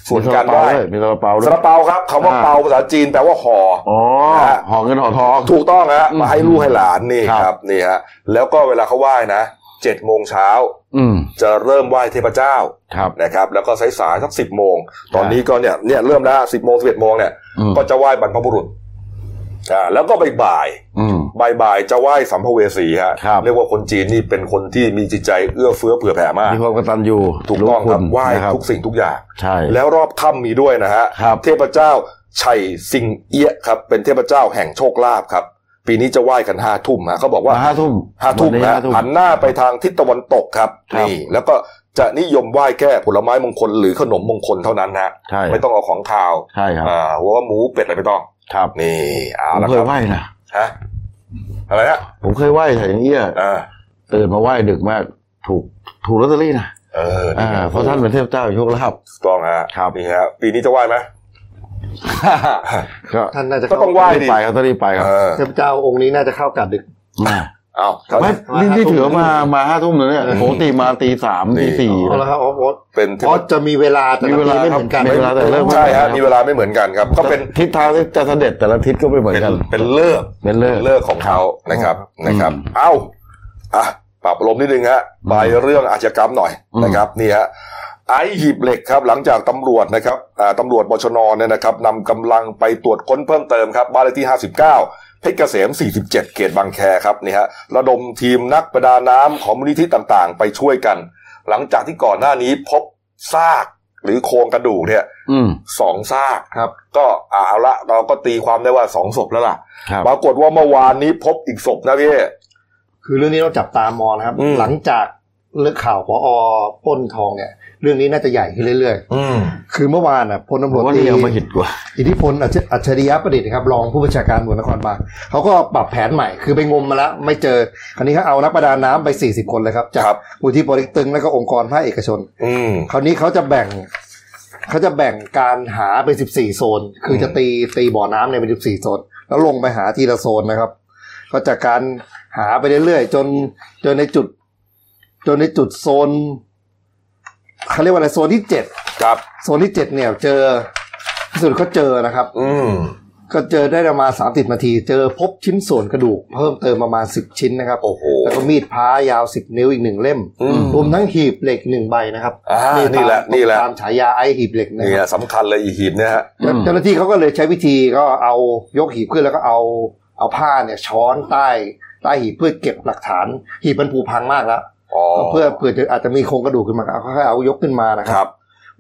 Speaker 1: ส่วนการไหว้
Speaker 2: มีซาลาเปาด้
Speaker 1: ซา
Speaker 2: วยมีซาลา
Speaker 1: ลา
Speaker 2: เปาด้วย
Speaker 1: เปาครับคำว่า
Speaker 2: อ่า
Speaker 1: เปาภาษาจีนแปลว่าห่อ
Speaker 2: อ๋อ
Speaker 1: นะฮะ
Speaker 2: ห่อเงินห่อทอง
Speaker 1: ถูกต้องฮะ
Speaker 2: อืม
Speaker 1: มาให้ลูกให้หลานนี่
Speaker 2: ครับ
Speaker 1: ครับนี่ฮะแล้วก็เวลาเขาไหว้นะเจ็ดโมงเช้า
Speaker 2: อืม
Speaker 1: จะเริ่มไหว้เทพเจ้า
Speaker 2: ครับ
Speaker 1: นะครับ แล้วก็สายสายๆสักสิบโมง ตอนนี้ก็เนี่ยเนี่ยเริ่มแล้วสิบโมงสิบเอ็ดโมงเนี่ย
Speaker 2: อืม
Speaker 1: ก็จะไหว้บรรพบุรุษอ่าแล้วก็บ่ายบ่าย
Speaker 2: อืม
Speaker 1: บ่ายบ่ายๆจะไหว้สัมภเวสีฮะ
Speaker 2: ครับ
Speaker 1: เรียกว่าคนจีนนี่เป็นคนที่มีจิตใจเอื้อเฟื้อเผื่อแผ่มาก
Speaker 2: มีความกตัญญู
Speaker 1: ถูกต้องครับ
Speaker 2: ณ
Speaker 1: ไหว้
Speaker 2: นะ
Speaker 1: ทุกสิ่งทุกอย่าง
Speaker 2: ใช่
Speaker 1: แล้วรอบค่ำมีด้วยนะฮะ
Speaker 2: ครับ
Speaker 1: เทพเจ้าชัยสิงเอี้ยะครับ เป็นเทพเจ้าแห่งโชคลาภครับ ปีนี้จะไหว้กันห้าทุ่มฮะเขาบอกว่า
Speaker 2: มาห้าทุ่ม
Speaker 1: ห้าทุ่ม
Speaker 2: วันนี้
Speaker 1: นะ
Speaker 2: ห้าทุ่ม
Speaker 1: หันหน้าไปทางทิศตะวันตกครับ
Speaker 2: ครับ
Speaker 1: นี่แล้วก็จะนิยมไหว้แค่ผลไม้มงคลหรือขนมมงคลเท่านั้นนะ
Speaker 2: ใช่
Speaker 1: ไม่ต้องเอาของขาว
Speaker 2: ใช่ครับ
Speaker 1: อ่าหัวหมูเป็ดอะไรไม่ต้อง
Speaker 2: ครับ
Speaker 1: นี่เอา
Speaker 2: ผม
Speaker 1: ละ
Speaker 2: เค
Speaker 1: ค
Speaker 2: ย
Speaker 1: รับ
Speaker 2: ไหว้นะ
Speaker 1: ฮะอะไรฮะ
Speaker 2: ผมเคยไหว้ไถ่เอี้ย
Speaker 1: อ่า
Speaker 2: ตื่นมาไหว้ดึกมาก ถูกถูกลอตเตอรี่นะ
Speaker 1: เออ
Speaker 2: อ่าเพราะท่านเป็นเทพเจ้าแห่งโชคลาภ
Speaker 1: ถูกต้องฮะครับนี่ฮะปีนี้จะไหว้ไห ม
Speaker 2: ก็
Speaker 11: ท่านน่าจะ
Speaker 1: ก็ต้องไหว้ดิ
Speaker 2: ไปครับต้องรีบไปครับ
Speaker 11: เทพเจ้าองค์นี้น่าจะเข้ากาดดึก
Speaker 1: อ้าว
Speaker 2: ไม่นี่นี่ถือว่ามามาห้าทุ่มแล้วเนี่ยปกติมาตีสามตีสี่
Speaker 11: เอาละครับอ๋อ
Speaker 1: เป็น
Speaker 11: อ๋อจะมีเวลาแต่ละทีไม่เหมือนกัน
Speaker 2: มีเวลาแต่เลิกไม่
Speaker 1: ใช่ฮะ
Speaker 2: เหมือนกัน
Speaker 1: มีเวลาไม่เหมือนกันครับ ก็เป็น
Speaker 2: ทิศทางที่จะเสด็จแต่ละทิศก็ไม่เหมือนกัน
Speaker 1: เป็นเลิก
Speaker 2: เป็นเลิก
Speaker 1: เลิกของเขานะครับนะครับ เอ้าอ่ะปรับลมณ์นิดนึงฮะไปเรื่องอาชญากรรมหน่อยนะครับนี่ฮะไอซ์หีบเหล็กครับ หลังจากตำรวจนะครับอ่าตำรวจบชนเนี่ยนะครับนำกำลังไปตรวจค้นเพิ่มเติมครับบ้านเลขที่ 59 เพชรเกษม 47 เขตบางแคครับนี่ฮะระดมทีมนักประดาน้ำของมูลนิธิต่างๆ ไปช่วยกัน หลังจากที่ก่อนหน้านี้พบซากหรือโครงกระดูกเนี่ย
Speaker 2: อืม
Speaker 1: สองซาก
Speaker 11: ครับ
Speaker 1: ก็อ่าเอาละเราก็ตีความได้ว่าสองศพแล้วล่ะ
Speaker 2: ครับ
Speaker 1: ปรากฏว่าเมื่อวานนี้พบอีกศพนะพี่
Speaker 11: คือเรื่องนี้ต้องจับตามองนะครับ
Speaker 1: อืม
Speaker 11: หลังจากเลือกข่าวพออปล้นทองเนี่ย เรื่องนี้น่าจะใหญ่ขึ้นเรื่อย
Speaker 1: อืม
Speaker 11: ๆ คือเมื่อวานอ่ะพลตำรวจ
Speaker 2: ว่า
Speaker 11: ตรี
Speaker 2: เรียมาหิดกว่า
Speaker 11: อิทธิพลอัจฉอัจฉริยะประดิษฐ์นะครับรองผู้บัญชาการตำรวจนครบาลเขาก็ปรับแผนใหม่ คือไปงมมาแล้วไม่เจอ คราวนี้เขาเอานักประดาน้ำไป 40 คนเลยครับ จากมูลที่ปริกตึงแล้วก็องค์กรภาคเอกชน
Speaker 1: อืม
Speaker 11: คราวนี้เขาจะแบ่งเขาจะแบ่งการหาเป็นสิบสี่โซน คือจะตีตีบ่อน้ำเนี่ยเป็นสิบสี่โซน แล้วลงไปหาทีละโซนนะครับ ก็จากการหาไปเรื่อยๆจนจนในจุด จนในจุดโซนเขาเรียกว่าอะไรโซนที่เจ็ด
Speaker 1: ครับ
Speaker 11: โซนที่เจ็ดเนี่ยเจอที่สุดเขาเจอนะครับ
Speaker 1: อืม
Speaker 11: ก็เจอได้ประมาณสามสิบนาที เจอพบชิ้นส่วนกระดูก เพิ่มเติมประมาณสิบชิ้นนะครับแล้วก็มีดพ้ายาวสิบนิ้วอีกหนึ่งเล่ม
Speaker 1: อืม
Speaker 11: รวมทั้งหีบเหล็กหนึ่งใบนะครับ
Speaker 1: อ่านี่แหละนี่แหละ
Speaker 11: ตามฉายาไอหีบเหล็กนะ
Speaker 1: นี่
Speaker 11: ค
Speaker 1: แห
Speaker 11: รับ
Speaker 1: ละสำคัญเลยอีหีบเนี่ยฮะ
Speaker 11: เจ้าหน้าที่เขาก็เลยใช้วิธีก็เอายกหีบขึ้นแล้วก็เอาเอาผ้าเนี่ยช้อนใต้ใต้หีบเพื่อเก็บหลักฐาน หีบมันผุพังมากแล้วเพื่อเผื่อจะอาจจะมีโครงกระดูกขึ้นมาเขาก็เอายกขึ้นมานะครับ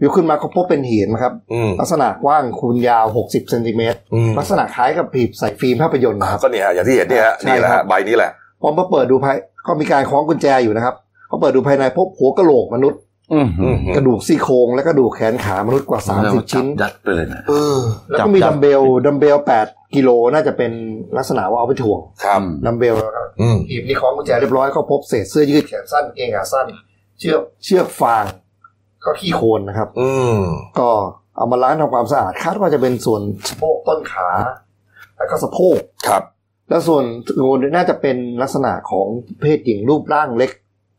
Speaker 11: ยกขึ้นมาก็พบเป็นหินนะครับ
Speaker 1: อืม
Speaker 11: ลักษณะกว้างคูณยาว 60เซนติเมตร
Speaker 1: อืม
Speaker 11: ลักษณะคล้ายกับหีบใส่ฟิล์มภาพยนตร์นะครับ
Speaker 1: ก็เนี่ยฮะอย่างที่เห็นเนี่ยฮะ
Speaker 11: ใช่
Speaker 1: นี่แหละ
Speaker 11: ครั
Speaker 1: ฮะ
Speaker 11: บ
Speaker 1: ใบนี้แหละ
Speaker 11: พอมาเปิดดูภายก็มีการคล้องกุญแจอยู่นะครับพอเปิดดูภายในพบหัวกะโหลกมนุษย์กระดูกซี่โครงและกระดูกแขนขามนุษย์กว่า 30 ชิ้น
Speaker 2: ยัดไปเลยนะ
Speaker 11: เออแล้วก็มี
Speaker 2: จับ
Speaker 11: ดัมเบลดัมเบลแปดกิโลน่าจะเป็นลักษณะว่าเอาไปถ่วง
Speaker 1: ครับ
Speaker 11: ดัมเบลแล้วก็หีบนี่คล้องกุญแจเรียบร้อยก็พบเศษเสื้อยืดแขนสั้นกางเกงขาสั้น เชือกเชือกฟาง ก็ขี้โคลนนะครับ
Speaker 1: อืม
Speaker 11: ก็เอามาล้างทำความสะอาดคาดว่าจะเป็นส่วนสะโพกต้นขาแล้วก็สะโพก
Speaker 1: ครับ
Speaker 11: แล้วส่วนงูเนี่ยน่าจะเป็นลักษณะของเพศหญิงรูปร่างเล็ก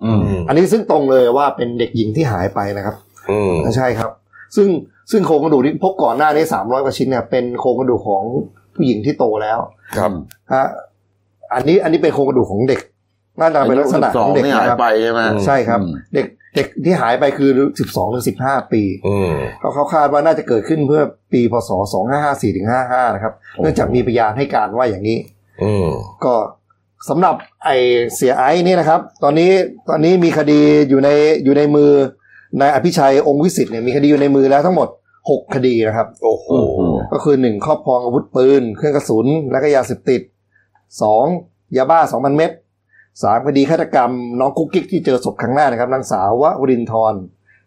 Speaker 2: อืม
Speaker 11: อันนี้ซึ่งตรงเลยว่าเป็นเด็กหญิงที่หายไปนะครับ
Speaker 1: อืม
Speaker 11: ใช่ครับ ซึ่งซึ่งโครงกระดูกที่พบก่อนหน้านี้สามร้อยกว่าชิ้นเนี่ยเป็นโครงกระดูกของผู้หญิงที่โตแล้ว
Speaker 1: ครับ
Speaker 11: ฮะอันนี้อันนี้เป็นโครงกระดูกของเด็กน่าจะเป็นลักษณะของเด็ก
Speaker 2: อายุ12
Speaker 11: นะ
Speaker 2: นี่
Speaker 11: ครับ
Speaker 2: หายไปใช่ไหม
Speaker 11: ใช่ครับ เด็กเด็กที่หายไปคือสิบสองถึงสิบห้าปีเขาเขาคาดว่าน่าจะเกิดขึ้นเพื่อปีพศสองห้าห้าสี่ถึงห้าห้านะครับ เนื่องจากมีพยานให้การว่าอย่างนี้
Speaker 1: อืม
Speaker 11: ก็สำหรับไอเสียไอซ์นี่นะครับ ตอนนี้ตอนนี้มีคดีอยู่ในอยู่ในมือนายอภิชัยองค์วิสิทธิ์เนี่ยมีคดีอยู่ในมือแล้วทั้งหมด 6 คดีนะครับ
Speaker 1: โอ้โห
Speaker 11: ก็คือ 1 ครอบครองอาวุธปืน เครื่องกระสุน และก็ยาเสพติด 2 ยาบ้า 2,000 เม็ด3คดีฆาตกรรม น้องกุ๊กกิ๊กที่เจอศพครั้งแรกนะครับนางสาววรินทร์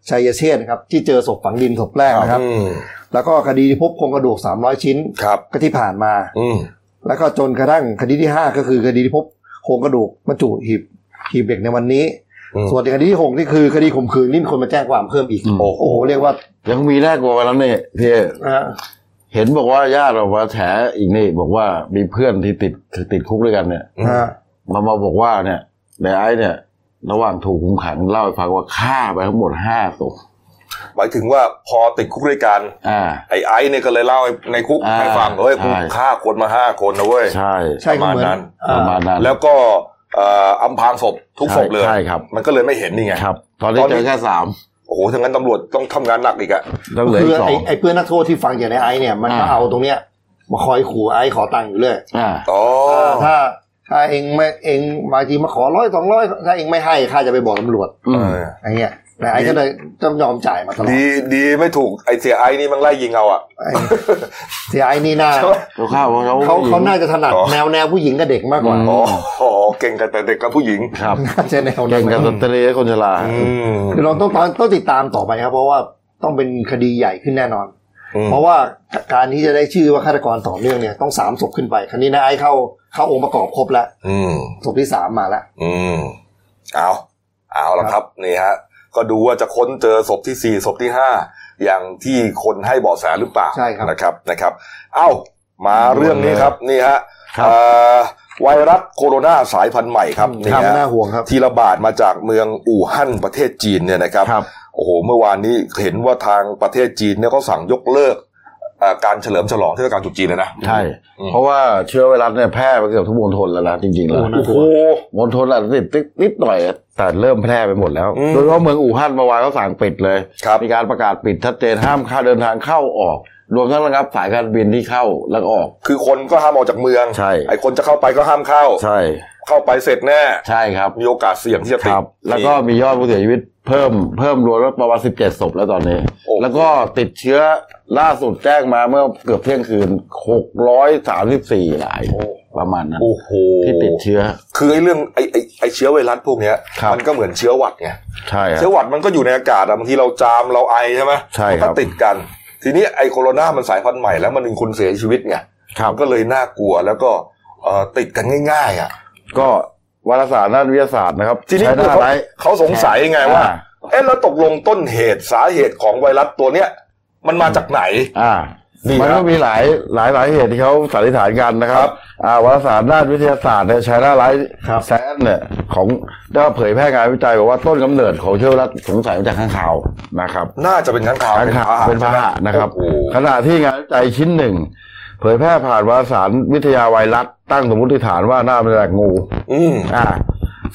Speaker 11: ชัยเชษฐ์นะครับที่เจอศพฝังดินศพแรกนะครับ
Speaker 1: อืม
Speaker 11: แล้วก็คดีที่พบโครงกระดูก 300 ชิ้นก็ที่ผ่านมา
Speaker 1: อืม
Speaker 11: แล้วก็จนกระทั่งคดีที่ 5 ก็คือคดีที่พบโครงกระดูกบรรจุหีบหีบเหล็กในวันนี้
Speaker 1: อืม
Speaker 11: ส่วนคดีที่ 6 นี่คือคดีข่มขืนนิ่นคนมาแจ้งความเพิ่มอีก โอ้โห เรียกว่า
Speaker 2: ยังมีแรกกว่าวันนั้นนี่พี่
Speaker 11: อ่า
Speaker 2: เห็นบอกว่าญาติออกมาแฉอีกนี่ บอกว่ามีเพื่อนที่ติดติดคุกด้วยกันเนี่ย
Speaker 11: ฮะ
Speaker 2: มามาบอกว่าเนี่ยในไอ้เนี่ย ระหว่างถูกคุมขังเล่าให้ฟังว่าฆ่าไปทั้งหมดห้าศพ
Speaker 1: หมายถึงว่าพอติดคุกด้วยกัน
Speaker 2: อ่า
Speaker 1: ไอ้ไอซ์เนี่ยก็เลยเล่าให้ในคุก
Speaker 2: อ่า
Speaker 1: ให้ฟังเฮ้ยกู
Speaker 2: ใช่
Speaker 1: ฆ่าคนมาห้าคนนะเว้ย
Speaker 2: ใช่
Speaker 11: ใช่
Speaker 1: ประมาณนั้น
Speaker 2: ก็เหมือนอ่าประมาณนั้น
Speaker 1: แล้วก็เอ่ออำพรางศพทุกศพเลย
Speaker 2: ใช่ครับ
Speaker 1: มันก็เลยไม่เห็นนี่ไง
Speaker 2: ครับ ตอนนี้เจอแค่สาม
Speaker 1: โอ้โหทั้างนั้นตำรวจต้องทำงานหนักอีกอะ
Speaker 2: ต้องเหลือ
Speaker 11: คือ
Speaker 2: อีกสอ
Speaker 11: ไอ้
Speaker 2: ง
Speaker 11: ไอ้เพื่อนนักโทษที่ฟังอย่างในไอซ์เนี่ย มันก็
Speaker 2: อ่า
Speaker 11: เอาตรงเนี้ยมาคอยขู่ไอซ์ขอตังค์อยู่เลย
Speaker 2: อ่า
Speaker 1: อ๋อ
Speaker 11: อ่าถ้าถ้าเองไม่เองบางทีมาขอร้อยสองร้อยถ้าเองไม่ให้ข้าจะไปบอกตำรวจ
Speaker 2: อืม
Speaker 11: ไอ้เงี้ยแต่ไอซ์ก็เลยต้องยอมจ่ายมาตลอด
Speaker 1: ดีดีไม่ถูกไอ้เสียไอ้นี่มันไล่ยิงเอาอะ
Speaker 11: เสียไอซ์นี่น่า
Speaker 2: เขาฆ่าเพราะเขา
Speaker 11: เขาเขาน่าจะถนัด
Speaker 1: อ๋อ
Speaker 11: แนวแนวผู้หญิงกับเด็กมากกว่า
Speaker 1: อ๋ออ๋อเก่งกันแต่เด็กกับผู้หญิง
Speaker 2: ครับ
Speaker 11: ใช่แนว
Speaker 2: เก่
Speaker 11: นั้น
Speaker 2: งกับดนตรีและคนชรา
Speaker 11: คือเราต้องตามต้องติดตามต่อไปครับ เพราะว่าต้องเป็นคดีใหญ่ขึ้นแน่นอน เพราะว่าการที่จะได้ชื่อว่าฆาตกรต่อเนื่องเนี่ยต้องสามศพขึ้นไปครั้นี้นายไอ้เข้าเข้าองค์ประกอบครบแล้ว
Speaker 1: อืม
Speaker 11: ศพที่สามมาแล้ว
Speaker 1: อืม เอา เอาละครับ นี่ฮะ ก็ดูว่าจะค้นเจอศพที่สี่ศพที่ห้าอย่างที่คนให้เบาะแสหรือเปล่า
Speaker 11: ใช่ครับ
Speaker 1: นะครับนะครับ เอ้ามาเรื่องนี้ครับนี่ฮะ
Speaker 2: ครับ
Speaker 1: เอ่อไวรัสโคโรนาสายพันธุ์ใหม่ครับนี่
Speaker 11: ครับ
Speaker 1: ฮะ
Speaker 11: น่าห่วงครับ
Speaker 1: ที่ระบาดมาจากเมืองอู่ฮั่นประเทศจีนเนี่ยนะครับ โอ้โห เมื่อวานนี้เห็นว่าทางประเทศจีนเนี่ยเขาสั่งยกเลิกเอ่อการเฉลิมฉลองเทศกาลตรุษจีนเลยนะ
Speaker 2: ใช่ เพราะว่าเชื้อไวรัสเนี่ยแพร่ไปเกือบทุกมณฑลแล้วนะจริงๆแล้ว
Speaker 1: โอ้โห
Speaker 2: มณฑลอาจจะติดนิดหน่อย แต่เริ่มแพร่ไปหมดแล้ว
Speaker 1: อืม
Speaker 2: โดยเฉพาะเมืองอู่ฮั่นเมื่อวานเขาสั่งปิดเลย มีการประกาศปิดชัดเจนห้ามค่าเดินทางเข้าออก รวมทั้งระงับสายการบินที่เข้าแล้วก็ออก
Speaker 1: คือคนก็ห้ามออกจากเมือง
Speaker 2: ใช่
Speaker 1: ไอ้คนจะเข้าไปก็ห้ามเข้า
Speaker 2: ใช่
Speaker 1: เข้าไปเสร็จแน่
Speaker 2: ใช่ครับ
Speaker 1: มีโอกาสเสี่ยงที่จะติด
Speaker 2: ครับ แล้วก็มียอดผู้เสียชีวิตเพิ่มเพิ่มรวมแล้วประมาณสิบเจ็ดศพแล้วตอนนี้ แล้วก็ติดเชื้อล่าสุดแจ้งมาเมื่อเกือบเที่ยงคืนหกร้อยสามสิบสี่รายประมาณนั้น
Speaker 1: โอ้โห
Speaker 2: ที่ติดเชื้อ
Speaker 1: คือไอ้เรื่องไอ้ไอ้ไอ้เชื้อไวรัสพวกเนี้ย มันก็เหมือนเชื้อหวัดไง
Speaker 2: ใช่ครับ
Speaker 1: เชื้อหวัดมันก็อยู่ในอากาศอะบางทีเราจามเราไอใช่ไหม
Speaker 2: ใช่ครับ
Speaker 1: มันก็ติดกัน ทีนี้ไอโคโรนามันสายพันธุ์ใหม่แล้วมันเป็นคนเสียชีวิตไง
Speaker 2: ครับ
Speaker 1: ก็เลยน่ากลัวแล้วก็เอ่อติดกันง่ายๆอ่ะ
Speaker 2: ก็วารสารด้านวิทยาศาสตร์นะครับ
Speaker 1: ทีนี้
Speaker 2: ใช้
Speaker 1: คือ
Speaker 2: หา
Speaker 1: เขา
Speaker 2: ไลท์
Speaker 1: เขาสงสัยไงว่า เอ๊ะแล้วตกลงต้นเหตุสาเหตุของไวรัสตัวเนี้ยมันมาจากไหน
Speaker 2: อ่า
Speaker 1: ดีครับ
Speaker 2: มันก็มีหลายหลายหลายเหตุที่เขาสันนิษฐานกันนะครับอ่าวารสารด้านวิทยาศาสตร์เนี่ยใช้หน้าไลท์แซนเนี่ยของได้เผยแพร่งานวิจัยบอกว่าต้นกำเนิดของเชื้อไวรัสสงสัยมาจากข้างข่าวนะครับ
Speaker 1: น่าจะเป็นข้างข่าว
Speaker 2: ข้างข่าวเป็นพาหะนะครับ
Speaker 1: โอ้โห
Speaker 2: ขณะที่งานวิจัยชิ้นหนึ่ง เผยแพร่ผ่านวารสารวิทยาไวรัสตั้งสมมติฐานว่าน่ามาจากงู
Speaker 1: อืม
Speaker 2: อ่า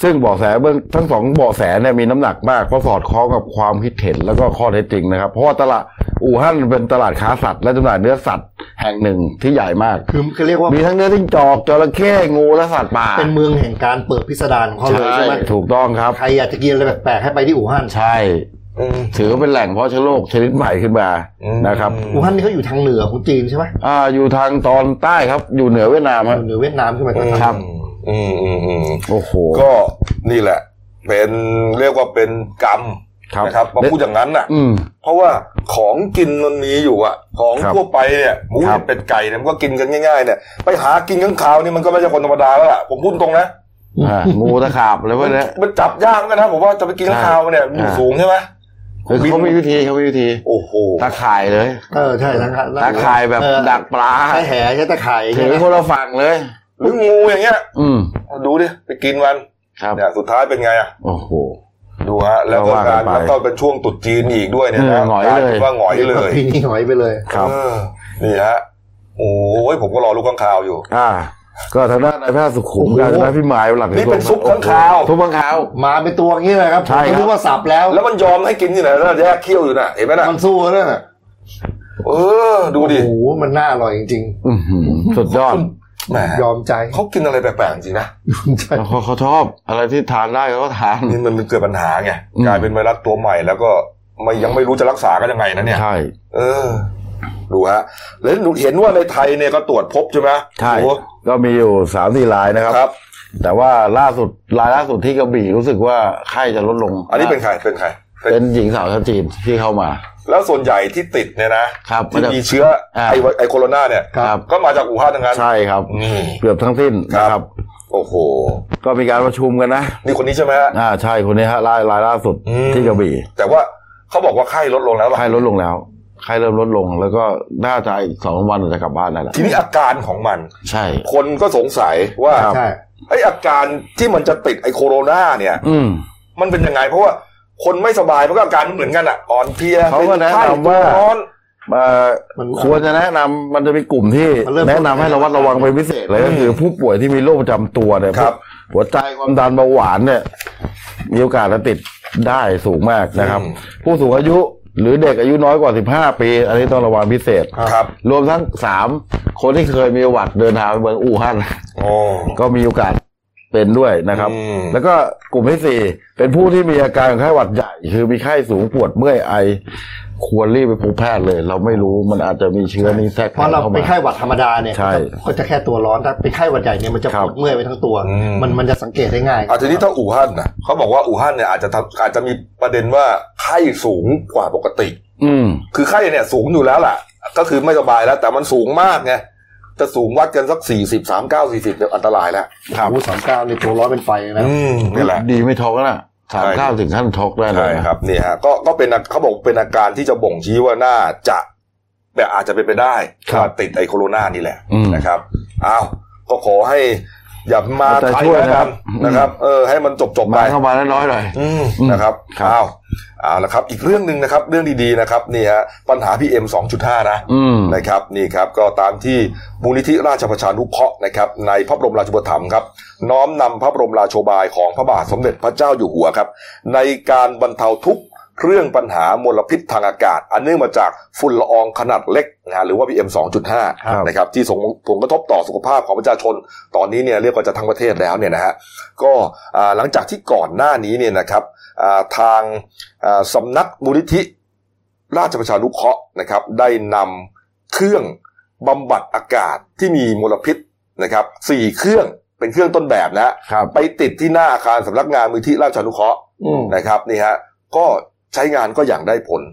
Speaker 2: ซึ่งเบาะแสเบื้องทั้งสองเบาะแสเนี่ยมีน้ำหนักมากเพราะสอดคล้องกับความคิดเห็นแล้วก็ข้อเท็จจริงนะครับ เพราะว่าตลาดอู่ฮั่นเป็นตลาดค้าสัตว์และจำหน่ายเนื้อสัตว์แห่งหนึ่งที่ใหญ่มาก
Speaker 11: คือคือเรียกว่ามี
Speaker 2: ทั้งเนื้อทิ้งจอกจระเข้งูและสัตว์ป่า
Speaker 11: เป็นเมืองแห่งการเปิดพิสดารของเขาเลยใช่ไหม
Speaker 2: ถูกต้องครับ
Speaker 11: ใครอยากจะกินอะไรแปลกๆให้ไปที่อู่ฮั่น
Speaker 2: ใช่ ถือว่าเป็นแหล่งเพาะเชื้อโรคชนิดใหม่ขึ้นมานะครับ
Speaker 11: อู่ฮั่นนี่เขาอยู่ทางเหนือของจีนใช่ไหม
Speaker 2: อ่าอยู่ทางตอนใต้ครับ อยู่เหนือเวียดนามครับ
Speaker 11: เหนือเวียดนามใช่ไหม
Speaker 2: ครับ
Speaker 1: อืมอืมอืม
Speaker 2: โอ้โห
Speaker 1: ก็นี่แหละ เป็นเรียกว่าเป็นกรรมนะครับมาพูดอย่างนั้นน่ะ
Speaker 2: อืม
Speaker 1: เพราะว่าของกินมันมีอยู่อะของทั่วไปเนี่ยหมูเห็ดเป็ดไก่เนี่ยมันก็กินกันง่ายๆเนี่ยไปหากินข้างคาวนี่มันก็ไม่ใช่คนธรรมดาแล้วล่ะผมพูดตรงนะ
Speaker 2: อ่างูตะขาบอะไรพวกเนี้ย
Speaker 1: มันจับยากเหมือนกันนะผมว่าจะไปกินข้างคาวเนี่ยมันอยู่
Speaker 2: อ่า
Speaker 1: สูงใช่ไหม
Speaker 2: คือเขามีวิธีเขามีวิธี
Speaker 1: โอ้โห
Speaker 2: ตาข่ายเลย
Speaker 11: เออใช่ทั้งนั้น
Speaker 2: ตาข่ายแบบ
Speaker 11: เออ
Speaker 2: ดักปลา
Speaker 11: ใช้แหใช้ตะข่ายอย่าง
Speaker 2: ถือ
Speaker 11: เงี้ยนะ
Speaker 2: คนละฝั่งเลย
Speaker 1: หรืองูอย่างเงี้ย
Speaker 2: อืม
Speaker 1: ดูดิไปกินมัน
Speaker 2: ครับ
Speaker 1: เนี่ยสุดท้ายเป็นไงอะ
Speaker 2: โอ้โห
Speaker 1: ดูฮะแล้วก็
Speaker 2: ว่ากั
Speaker 1: กาน ร
Speaker 2: ไป
Speaker 1: แล้วก็เป็นช่วงตรุดจีนอีกด้วยเนี่ย
Speaker 2: เอ
Speaker 1: นะ
Speaker 2: อหงอยเล
Speaker 1: กา
Speaker 2: ย
Speaker 1: ป็นว่าหงอยเลย
Speaker 11: ปีนี้หอยไปเลย
Speaker 2: ครับ
Speaker 1: เออนี่ฮะโอ้ยผมก็รอลูกข้างคาวอยู่
Speaker 2: อ่า ก็ทางด้านนายแพทย์สุขุมการจนะพิมายหลัก
Speaker 1: นี่เป็นซุปข้างคาว
Speaker 2: ซุปข้างคาว
Speaker 11: มาเป็นตัวอย่างนี้เลยครับ
Speaker 2: ใช่ครับ
Speaker 11: ผมก็รู้ว่าสับแล้ว
Speaker 1: แล้วมันยอมให้กินที่ไหนแล้วแยกเขี้ยวอยู่น่ะเห็นไหมน่ะ
Speaker 11: มันสู้แล้วน่ะ
Speaker 1: เออ ดูดิ
Speaker 11: โอ้โหมันน่าอร่อยจริง
Speaker 2: อื้อหือสุดยอด
Speaker 1: แหม
Speaker 11: ๆยอมใจ
Speaker 1: เขากินอะไรแปลกๆจริงนะ
Speaker 2: เขาเขาชอบอะไรที่ทานได้เขาก็ทาน
Speaker 1: นี่มันเกิดปัญหาไง
Speaker 2: อืม
Speaker 1: กลายเป็นไวรัสตัวใหม่แล้วก็ไม่ยังไม่รู้จะรักษากันยังไงนะเนี่ย
Speaker 2: ใช่
Speaker 1: เออ ดูฮะแล้วหนูเห็นว่าในไทยเนี่ยก็ตรวจพบใช่ไหม
Speaker 2: ใช่
Speaker 1: โอ้โห
Speaker 2: ก็มีอยู่สามสี่รายนะครับ
Speaker 1: ครับ
Speaker 2: แต่ว่าล่าสุดรายล่าสุดที่กระบี่รู้สึกว่าไข้จะลดลง
Speaker 1: อันนี้เป็นใครเป็นใครเป็น
Speaker 2: เป็นหญิงสาวชาวจีนที่เข้ามา
Speaker 1: แล้วส่วนใหญ่ที่ติดเนี่ยนะครับ ที่มี
Speaker 2: า
Speaker 1: เชื้อ
Speaker 2: อ่า
Speaker 1: ไอไอโคโรนาเนี่ย
Speaker 2: ครับ
Speaker 1: ก็มาจากอู่ฮั่นทั้งนั้น
Speaker 2: ใช่ครับ
Speaker 1: นี่
Speaker 2: เกือบทั้งสิ้น
Speaker 1: ครับ
Speaker 2: นะครับ
Speaker 1: โอ้โห
Speaker 2: ก็มีการประชุมกันนะ
Speaker 1: นี่คนนี้ใช่ไหมฮะ
Speaker 2: อ่าใช่คนนี้ฮะรายรายล่าสุด
Speaker 1: อืม
Speaker 2: ที่กระบี่
Speaker 1: แต่ว่าเขาบอกว่าไข้ลดลงแล้วล่ะ
Speaker 2: ไข้ลดลงแล้วไข้เริ่มลดลง แล้วก็น่าจะอีกสองวันจะกลับบ้านได้แล้ว
Speaker 1: ทีนี้อาการของมัน
Speaker 2: ใช่
Speaker 1: คนก็สงสัยว่า
Speaker 2: ครับ
Speaker 11: ใช่
Speaker 1: ไออาการที่มันจะติดไอโคโรนาเนี่ย
Speaker 2: อืม
Speaker 1: มันเป็นยังไง เพราะว่าคนไม่สบายมันก็อาการมันเหมือนกันอ่ะอ่อนเพลีย
Speaker 2: เขาก็
Speaker 1: ป็น
Speaker 2: แนะ
Speaker 1: ไข้
Speaker 2: นำว่า
Speaker 1: ตัวร้อน
Speaker 2: เอ่อ
Speaker 11: มัน
Speaker 2: ควรจะแนะนำมันจะมีกลุ่มที่
Speaker 11: มันเริ่ม
Speaker 2: แนะนำให้ระวัดระวังเป็นพิเศษเลยก็คือผู้ป่วยที่มีโรคประจำตัวเนี่ย
Speaker 1: ครับ
Speaker 2: หัวใจความดันเบาหวานเนี่ย มีโอกาสจะติดได้สูงมากนะครับ
Speaker 1: อืม
Speaker 2: ผู้สูงอายุหรือเด็กอายุน้อยกว่า 15 ปี อันนี้ต้องระวังพิเศษ
Speaker 1: ครับ
Speaker 2: รวมทั้งสามคนที่เคยมีประวัติเดินทางไปเมืองอู่ฮั่น
Speaker 1: โอ้
Speaker 2: ก็มีโอกาสเป็นด้วยนะครับ
Speaker 1: อืม
Speaker 2: แล้วก็กลุ่มที่สี่เป็นผู้ที่มีอาการไข้หวัดใหญ่ คือมีไข้สูงปวดเมื่อยไอ ควรรีบไปพบแพทย์เลย เราไม่รู้มันอาจจะมีเชื้อนี้แทรก
Speaker 11: เพราะเรา
Speaker 2: เข้า
Speaker 11: เป็
Speaker 2: มา
Speaker 11: นไข้หวัดธรรมดาเนี่ย
Speaker 2: ใช่
Speaker 11: ก็จะแค่ตัวร้อนถ้าเป็นไข้หวัดใหญ่เนี่ยมันจะ
Speaker 2: ครั
Speaker 11: ป
Speaker 2: บ
Speaker 11: วดเมื่อยไปทั้งตัว
Speaker 1: อืม
Speaker 11: มันมันจะสังเกตได้ง่าย
Speaker 1: อาทีนี้ถ้าอู่ฮั่นนะเขาบอกว่าอู่ฮั่นเนี่ยอาจจะทำอาจจะมีประเด็นว่าไข้สูงกว่าปกติ
Speaker 2: อืม
Speaker 1: คือไข้เนี่ยสูงอยู่แล้วล่ะ ก็คือไม่สบายแล้ว แต่มันสูงมากไงจะสูงวัดกันสักสี่สิบสามเก้าสี่สิบเนี่ยอันตรายแล้ว
Speaker 2: ครับ
Speaker 11: โอ้สามเก้าในตัวร้อนเป็นไฟเลยนะ
Speaker 1: อืมนี่แหละ
Speaker 2: ดีไม่ท้องนะ สามเก้าถึงขั้นช็อกได้เลย
Speaker 1: ใช่ครับนี่ฮะก็ก็เป็นอาเขาบอกเป็นอาการที่จะบ่งชี้ว่าน่าจะแบบอาจจะเป็นไปได้ว่าติดไอโคโรนานี่แหละนะครับอ้าวก็ขอให้อย่ามา
Speaker 2: เอาใจ
Speaker 1: ไทย
Speaker 2: ช่วย
Speaker 1: แล้ว
Speaker 2: นะค
Speaker 1: กั
Speaker 2: รั
Speaker 1: น
Speaker 2: บ
Speaker 1: นะครับ เออ ให้มันจบจบๆไป
Speaker 2: มาเข้ามาน้อยๆหน่อย
Speaker 1: อืมนะครับอ้าวเอาละครับ อีกเรื่องหนึ่งนะครับ เรื่องดีๆนะครับนี่ฮะปัญหาพีเอ็มสองจุดห้านะ
Speaker 2: อืม
Speaker 1: นะครับ นี่ครับ ก็ตามที่มูลนิธิราชประชานุเคราะห์นะครับ ในพระบรมราชูปถัมภ์ครับ น้อมนำพระบรมราโชบายของพระบาทสมเด็จพระเจ้าอยู่หัวครับ ในการบรรเทาทุกข์เรื่องปัญหามลพิษทางอากาศ อันเนื่องมาจากฝุ่นละอองขนาดเล็กนะฮะหรือว่า PM 2.5นะครับที่ส่งผลกระทบต่อสุขภาพของประชาชน ตอนนี้เนี่ยเรียกว่าจะทั้งประเทศแล้วเนี่ยนะฮะก็อ่าหลังจากที่ก่อนหน้านี้เนี่ยนะครับอ่าทางอ่าสำนักมูลนิธิ ราชประชานุเคราะห์นะครับ ได้นำเครื่องบำบัดอากาศที่มีมลพิษนะครับสี่เครื่องเป็นเครื่องต้นแบบนะฮะไปติดที่หน้าอาคารสำนักงานมูลที่ราชานุเคราะห์
Speaker 11: อืม
Speaker 1: นะครับนี่ฮะก็ใช้งานก็อย่างได้ผล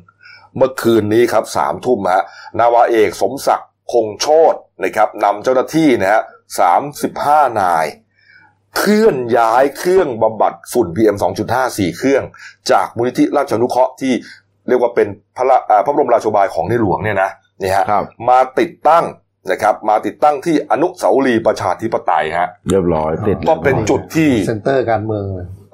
Speaker 1: เมื่อคืนนี้ครับสามทุ่มฮะนาวาเอกสมศักดิ์คงโชตนะครับนำเจ้าหน้าที่นะฮะสามสิบห้านาย เคลื่อนย้ายเครื่องบำบัดฝุ่น PM 2.5 สี่เครื่อง จากมูลนิธิราชานุเคราะห์ที่เรียกว่าเป็นพระราอ่าพระบรมราโชบายของในหลวงเนี่ยนะนี่ฮะมาติดตั้งนะครับมาติดตั้งที่อนุสาวรีย์ประชาธิปไตยฮะ
Speaker 2: เรียบร้อยติด
Speaker 1: ก็เป็นจุดที่
Speaker 11: เซ็นเตอร์การเมือง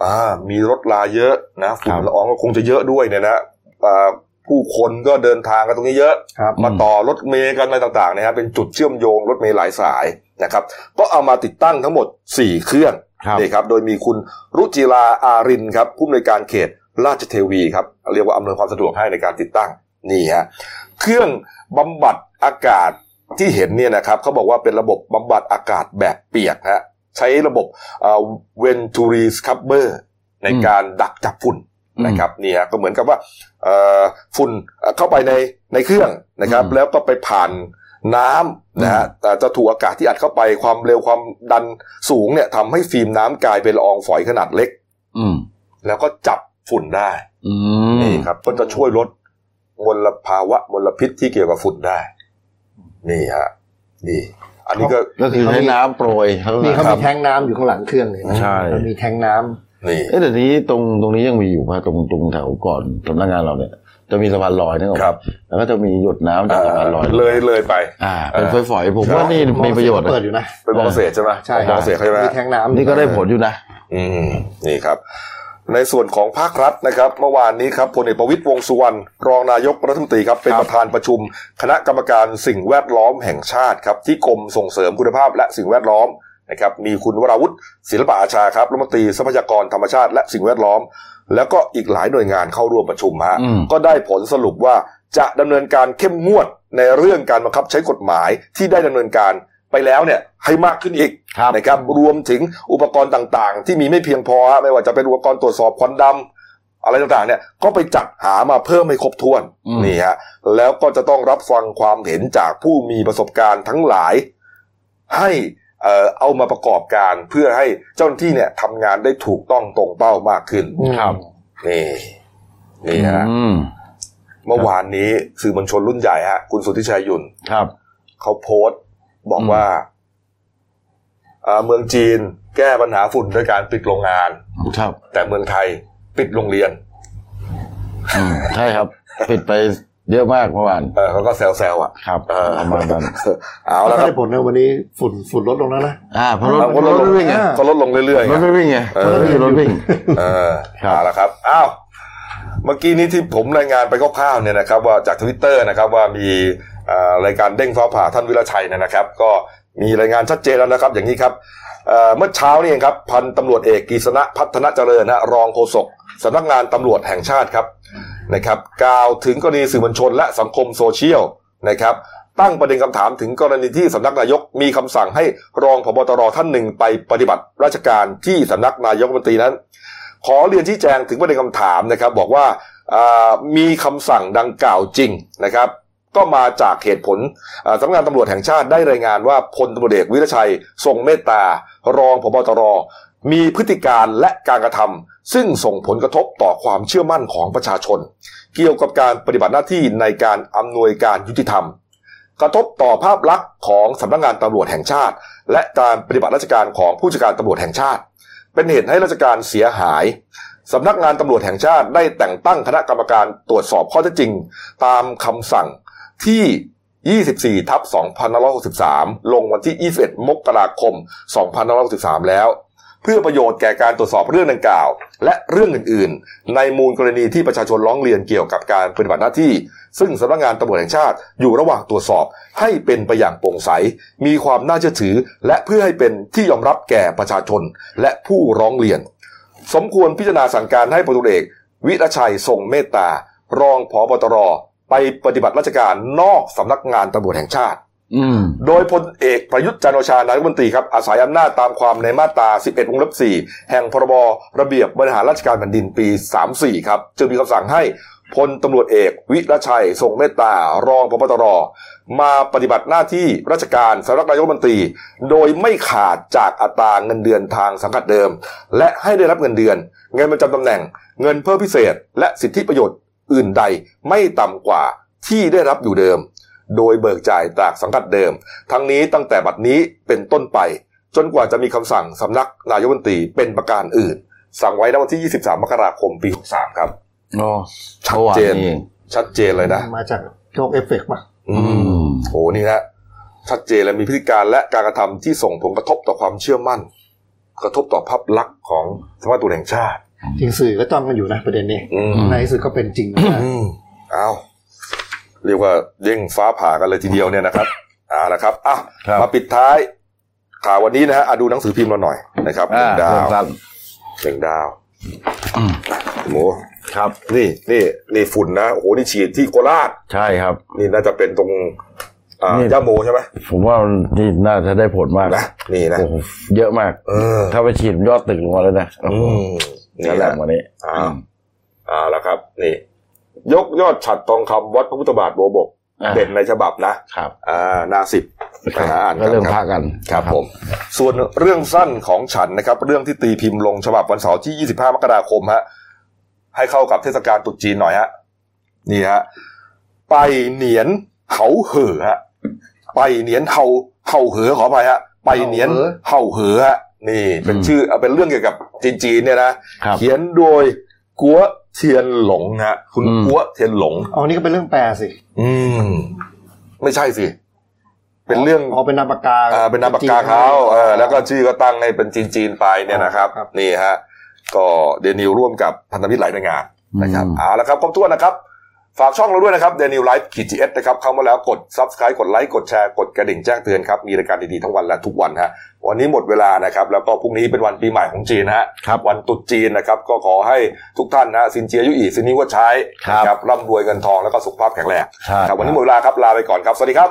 Speaker 1: อ่ามีรถลาเยอะนะฝุ่นละอองก็คงจะเยอะด้วยเนี่ยนะอ่าผู้คนก็เดินทางกันตรงนี้เยอะ
Speaker 11: ครับ
Speaker 1: มาต่อรถเมล์กันอะไรต่างๆเนะฮะเป็นจุดเชื่อมโยงรถเมล์หลายสายนะครับ ก็เอามาติดตั้งทั้งหมด 4 เครื่องนี่ครับ โดยมีคุณรุจิราอารินครับผู้อำนวยการเขตราชเทวีครับ เรียกว่าอำนวยความสะดวกให้ในการติดตั้งนี่ฮะเครื่องบำบัดอากาศที่เห็นเนี่ยนะครับเขาบอกว่าเป็นระบบบำบัดอากาศแบบเปียกฮะใช้ระบบเวนทูรีสคับเบอร์ในการดักจับฝุ่นนะครับนี่ฮะก็เหมือนกับว่า เอ่อฝุ่นเอ่อเข้าไปในในเครื่องนะครับ แล้วก็ไปผ่านน้ำนะฮะแต่จะถูกอากาศที่อัดเข้าไปความเร็วความดันสูงเนี่ยทำให้ฟิล์มน้ำกลายเป็นละอองฝอยขนาดเล็ก
Speaker 2: อืม
Speaker 1: แล้วก็จับฝุ่นได้
Speaker 2: อืม
Speaker 1: นี่ครับ ก็จะช่วยลดมลภาวะมลพิษที่เกี่ยวกับฝุ่นได้ นี่ฮะนี่ อันนี้ก็
Speaker 2: ก็คือให้น้ำโปรยข้างหลัง
Speaker 11: นี่เขา
Speaker 2: ครั
Speaker 11: มี
Speaker 2: บ
Speaker 11: แทงน้ำอยู่ข้างหลังเครื่องเลยนะ
Speaker 2: ใช่
Speaker 11: เขามีแทงน้ำ
Speaker 1: นี่
Speaker 2: เอ๊ะแต่ทีนี้ตรงตรงนี้ยังมีอยู่ป่ะตรงตรงแถวก่อนสำนักงานเราเนี่ย จะมีสะพานลอยนึกออกไหมแล้วก็จะมีหยดน้ำจากสะพานลอย
Speaker 1: อ่าเลยเลยไป
Speaker 2: อ่าเป็นฝอยๆผมว่านี่มีประโยชน์
Speaker 11: เปิดอยู่นะ
Speaker 1: เป็นมอเกษตรใช่ไหม
Speaker 11: ใช่ครับ
Speaker 1: มอเกษตรใช่ไหม
Speaker 11: มีแทงน้ำ
Speaker 2: นี่ก็ได้ผลอยู่นะ
Speaker 1: อืม นี่ครับ ในส่วนของภาครัฐนะครับ เมื่อวานนี้ครับพลเอกประวิตยวงษ์สุวรรณรองนายกรัฐมนตรีครับเป็นประธานประชุม คณะกรรมการสิ่งแวดล้อมแห่งชาติครับ ที่กรมส่งเสริมคุณภาพและสิ่งแวดล้อมนะครับ มีคุณวราวุฒิศิลปะอาชาครับรัฐมนตรีทรัพยากรธรรมชาติและสิ่งแวดล้อม แล้วก็อีกหลายหน่วยงานเข้าร่วมประชุมฮะ
Speaker 2: อืม
Speaker 1: ก็ได้ผลสรุปว่าจะดำเนินการเข้มงวดในเรื่องการบังคับใช้กฎหมายที่ได้ดำเนินการไปแล้วเนี่ยให้มากขึ้นอีกนะครับ รวมถึงอุปกรณ์ต่างๆ ที่มีไม่เพียงพอฮะไม่ว่าจะเป็นอุปกรณ์ตรวจสอบควันดำ อะไรต่างๆเนี่ยก็ไปจัดหามาเพิ่มให้ครบถ้วนนี่ฮะแล้วก็จะต้องรับฟังความเห็นจากผู้มีประสบการณ์ทั้งหลาย ให้เอ่อเอามาประกอบการเพื่อให้เจ้าหน้าที่เนี่ยทำงานได้ถูกต้องตรงเป้ามากขึ้น
Speaker 2: ครับ
Speaker 1: นี่นี่ฮะ
Speaker 2: อืม
Speaker 1: เมื่อวานนี้สื่อมวลชนรุ่นใหญ่ฮะคุณสุทธิชัยหยุ่น
Speaker 2: ครับ
Speaker 1: เขาโพสต์บอกว่าเอ่อเมืองจีนแก้ปัญหาฝุ่นด้วยการปิดโรงงาน
Speaker 2: ครับ
Speaker 1: แต่เมืองไทยปิดโรงเรียน
Speaker 2: อืมใช่ครับปิดไปเยอะมากเมื่อวาน
Speaker 1: เออเขาก็แซวๆอ่ะ
Speaker 2: ครับประมาณนั้น
Speaker 1: เอา
Speaker 11: แล้
Speaker 1: แล้ว วครั
Speaker 11: ก็
Speaker 1: บ
Speaker 11: ได้ผลนะวันนี้ฝุ่นฝุ่นลดลงแล้วนะ
Speaker 2: อ่าเพราะรถ
Speaker 1: เราก็ลดลง
Speaker 2: วิ่งไง
Speaker 1: ก็ลดลงเรื่อยๆ
Speaker 2: รถไม่วิ่งไง
Speaker 1: เออ
Speaker 2: รถไม่มีรถวิ่ง
Speaker 1: เออเอาละครับอ้าวเมื่อกี้นี้ที่ผมรายงานไปคร่าวๆเนี่ยนะครับว่าจากทวิตเตอร์นะครับว่ามีเอ่อรายการเด้งฟ้าผ่าท่านวิรชัยเนยนะครับ ก็มีรายงานชัดเจนแล้วนะครับ อย่างนี้ครับเอ่อเมื่อเช้านี่เองครับพันตำรวจเอกกฤษณะพัฒนาเจริญนะรองโฆษกสำนักงานตำรวจแห่งชาติครับนะครับกล่าวถึงกรณีสื่อมวลชนและสังคมโซเชียลนะครับ ตั้งประเด็นคำถามถึงกรณีที่สำนักนายกมีคำสั่งให้รองพบตรท่านหนึ่งไปปฏิบัติราชการที่สำนักนายกรัฐมนตรีนั้น ขอเรียนชี้แจงถึงประเด็นคำถามนะครับ บอกว่าอ่ามีคำสั่งดังกล่าวจริงนะครับ ก็มาจากเหตุผลอ่าสำนักงานตำรวจแห่งชาติได้รายงานว่าพลตำรวจเอกวิรชัย ทรงเมตตา รองพบตร มีพฤติการและการกระทำซึ่งส่งผลกระทบต่อความเชื่อมั่นของประชาชน เกี่ยวกับการปฏิบัติหน้าที่ในการอำนวยการยุติธรรม กระทบต่อภาพลักษณ์ของสำนักงานตำรวจแห่งชาติ และการปฏิบัติราชการของผู้จัดการตำรวจแห่งชาติ เป็นเหตุให้ราชการเสียหาย สำนักงานตำรวจแห่งชาติได้แต่งตั้งคณะกรรมการตรวจสอบข้อเท็จจริง ตามคำสั่งที่ 24 ทับ2563 ลงวันที่ 21 มกราคม 2563 แล้ว เพื่อประโยชน์แก่การตรวจสอบเรื่องดังกล่าว และเรื่องอื่น ๆ ในมูลกรณีที่ประชาชนร้องเรียนเกี่ยวกับการปฏิบัติหน้าที่ ซึ่งสำนักงานตำรวจแห่งชาติอยู่ระหว่างตรวจสอบให้เป็นไปอย่างโปร่งใส มีความน่าเชื่อถือ และเพื่อให้เป็นที่ยอมรับแก่ประชาชนและผู้ร้องเรียน สมควรพิจารณาสั่งการให้พลตุเอกวิรชัยทรงเมตตา รองผบตร ไปปฏิบัติราชการนอกสำนักงานตำรวจแห่งชาติ
Speaker 2: อืม
Speaker 1: โดยพลเอกประยุทธ์จันทร์โอชานายกรัฐมนตรีครับอาศัยอำนาจตามความในมาตรา 11 วงเล็บ 4 แห่งพรบระเบียบบริหารราชการแผ่นดินปี 34 ครับจึงมีคำสั่งให้พลตำรวจเอกวิรชัยทรงเมตตารองพบตร มาปฏิบัติหน้าที่ราชการสำนักนายกรัฐมนตรี โดยไม่ขาดจากอัตราเงินเดือนทางสังกัดเดิม และให้ได้รับเงินเดือน เงินประจำตำแหน่ง เงินเพิ่มพิเศษ และสิทธิประโยชน์อื่นใดไม่ต่ำกว่าที่ได้รับอยู่เดิม โดยเบิกจ่ายจากสังกัดเดิม ทั้งนี้ตั้งแต่บัดนี้เป็นต้นไป จนกว่าจะมีคำสั่งสำนักนายกรัฐมนตรีเป็นประการอื่น สั่งไว้ณวันที่ 23 มกราคมปี 63 ครับ
Speaker 2: อ๋อ
Speaker 1: ชัดเจนชัดเจนเลยนะ
Speaker 11: มาจากโลกเอฟเฟกต์ป่ะ
Speaker 1: อืมโหนี่ฮะชัดเจนและมีพฤติการและการกระทำที่ส่งผลกระทบต่อความเชื่อมั่น กระทบต่อภาพลักษณ์ของสภาพตัวแห่งชาติ
Speaker 11: จริงสื่อก็จ้องกันอยู่นะประเด็นนี้
Speaker 1: อืม
Speaker 11: ในสื่อก็เป็นจริงนะ
Speaker 1: เอาเรียกว่าเด้งฟ้าผ่ากันเลยทีเดียวเนี่ยนะครับเอาละครับอ่ะมาปิดท้ายข่าววันนี้นะฮะอ่ะดูหนังสือพิมพ์เราหน่อยนะครับห
Speaker 2: อ่า
Speaker 1: นึ่งดาว
Speaker 2: สั้น
Speaker 1: หนึ่งดาวโหครับนี่นี่นี่ฝุ่นนะโอ้โหนี่ฉีดที่โคราช
Speaker 2: ใช่ครับ
Speaker 1: นี่น่าจะเป็นตรงอ่า
Speaker 2: นี่
Speaker 1: ย่าโมใช่ไหม
Speaker 2: ผมว่ามันนี่น่าจะได้ผลมากนะ
Speaker 1: นี่นะ
Speaker 2: โอ้โหเยอะมาก
Speaker 1: อ
Speaker 2: ถ้าไปฉีดยอดตึกลงมาแล้วนะโอ้โห
Speaker 1: นี่
Speaker 2: นั่นแห
Speaker 1: แห
Speaker 2: ละ
Speaker 1: ละ
Speaker 2: วันนี้
Speaker 1: อ้าวเอ่าแล้วครับ นี่ ยกยอดฉัดทองคำวัดพระพุทธบาทโบวบก
Speaker 2: อ่า
Speaker 1: เด่นในฉบับนะครับ อ่าหน้าสิบไปหาอ่าน
Speaker 2: ก็เริ่ม
Speaker 1: ค
Speaker 2: พา
Speaker 1: บ
Speaker 2: กัน
Speaker 1: ครับผม ส่วนเรื่องสั้นของฉันนะครับ เรื่องที่ตีพิมพ์ลงฉบับวันเสาร์ที่ 25 มกราคมฮะให้เข้ากับเทศกาลตรุษจีนหน่อยฮะนี่ฮะไปเหนียนเหาเหอฮะไปเหนียนเฮาเฮาเหอขออภัยฮะไปเหนียนเฮาเหอฮะนี่ เป็นชื่อเอาเป็นเรื่องเกี่ยวกับจีนจีนๆเนี่ยนะครับ เขียนโดยกัวเทียนหลงฮะคุณกัวเทียนหลง
Speaker 11: เอานี่ก็เป็นเรื่องแปลสิ
Speaker 1: อืม ไม่ใช่สิ เป็นเรื่อง
Speaker 11: เอาเป็นนามปากกา
Speaker 1: อ่าเป็นนามปากกาเขาเออแล้วก็ชื่อก็ตั้งให้เป็นจีนๆไปเนี่ยนะครับ นี่ฮะ ก็เดนิวร่วมกับพันธมิตรหลายหน่วยงานนะครับเอาละครับครบถ้วนนะครับ ฝากช่องเราด้วยนะครับเดนิวไลฟ์ขีดจีเอสนะครับ เข้ามาแล้วกด subscribe กดไลค์กดแชร์กดกระดิ่งแจ้งเตือนครับ มีรายการดีๆทั้งวันและทุกวันฮะวันนี้หมดเวลานะครับ แล้วก็พรุ่งนี้เป็นวันปีใหม่ของจีนฮะวันตรุษจีนนะครับ ก็ขอให้ทุกท่านนะสินเจียยุอีสินนี้ว่าใช้นะครับร่ำรวยเงินทองแล้วก็สุขภาพแข็งแรง
Speaker 2: ครับ
Speaker 1: วันนี้หมดเวลาครับลาไปก่อนครับสวัสดีครับ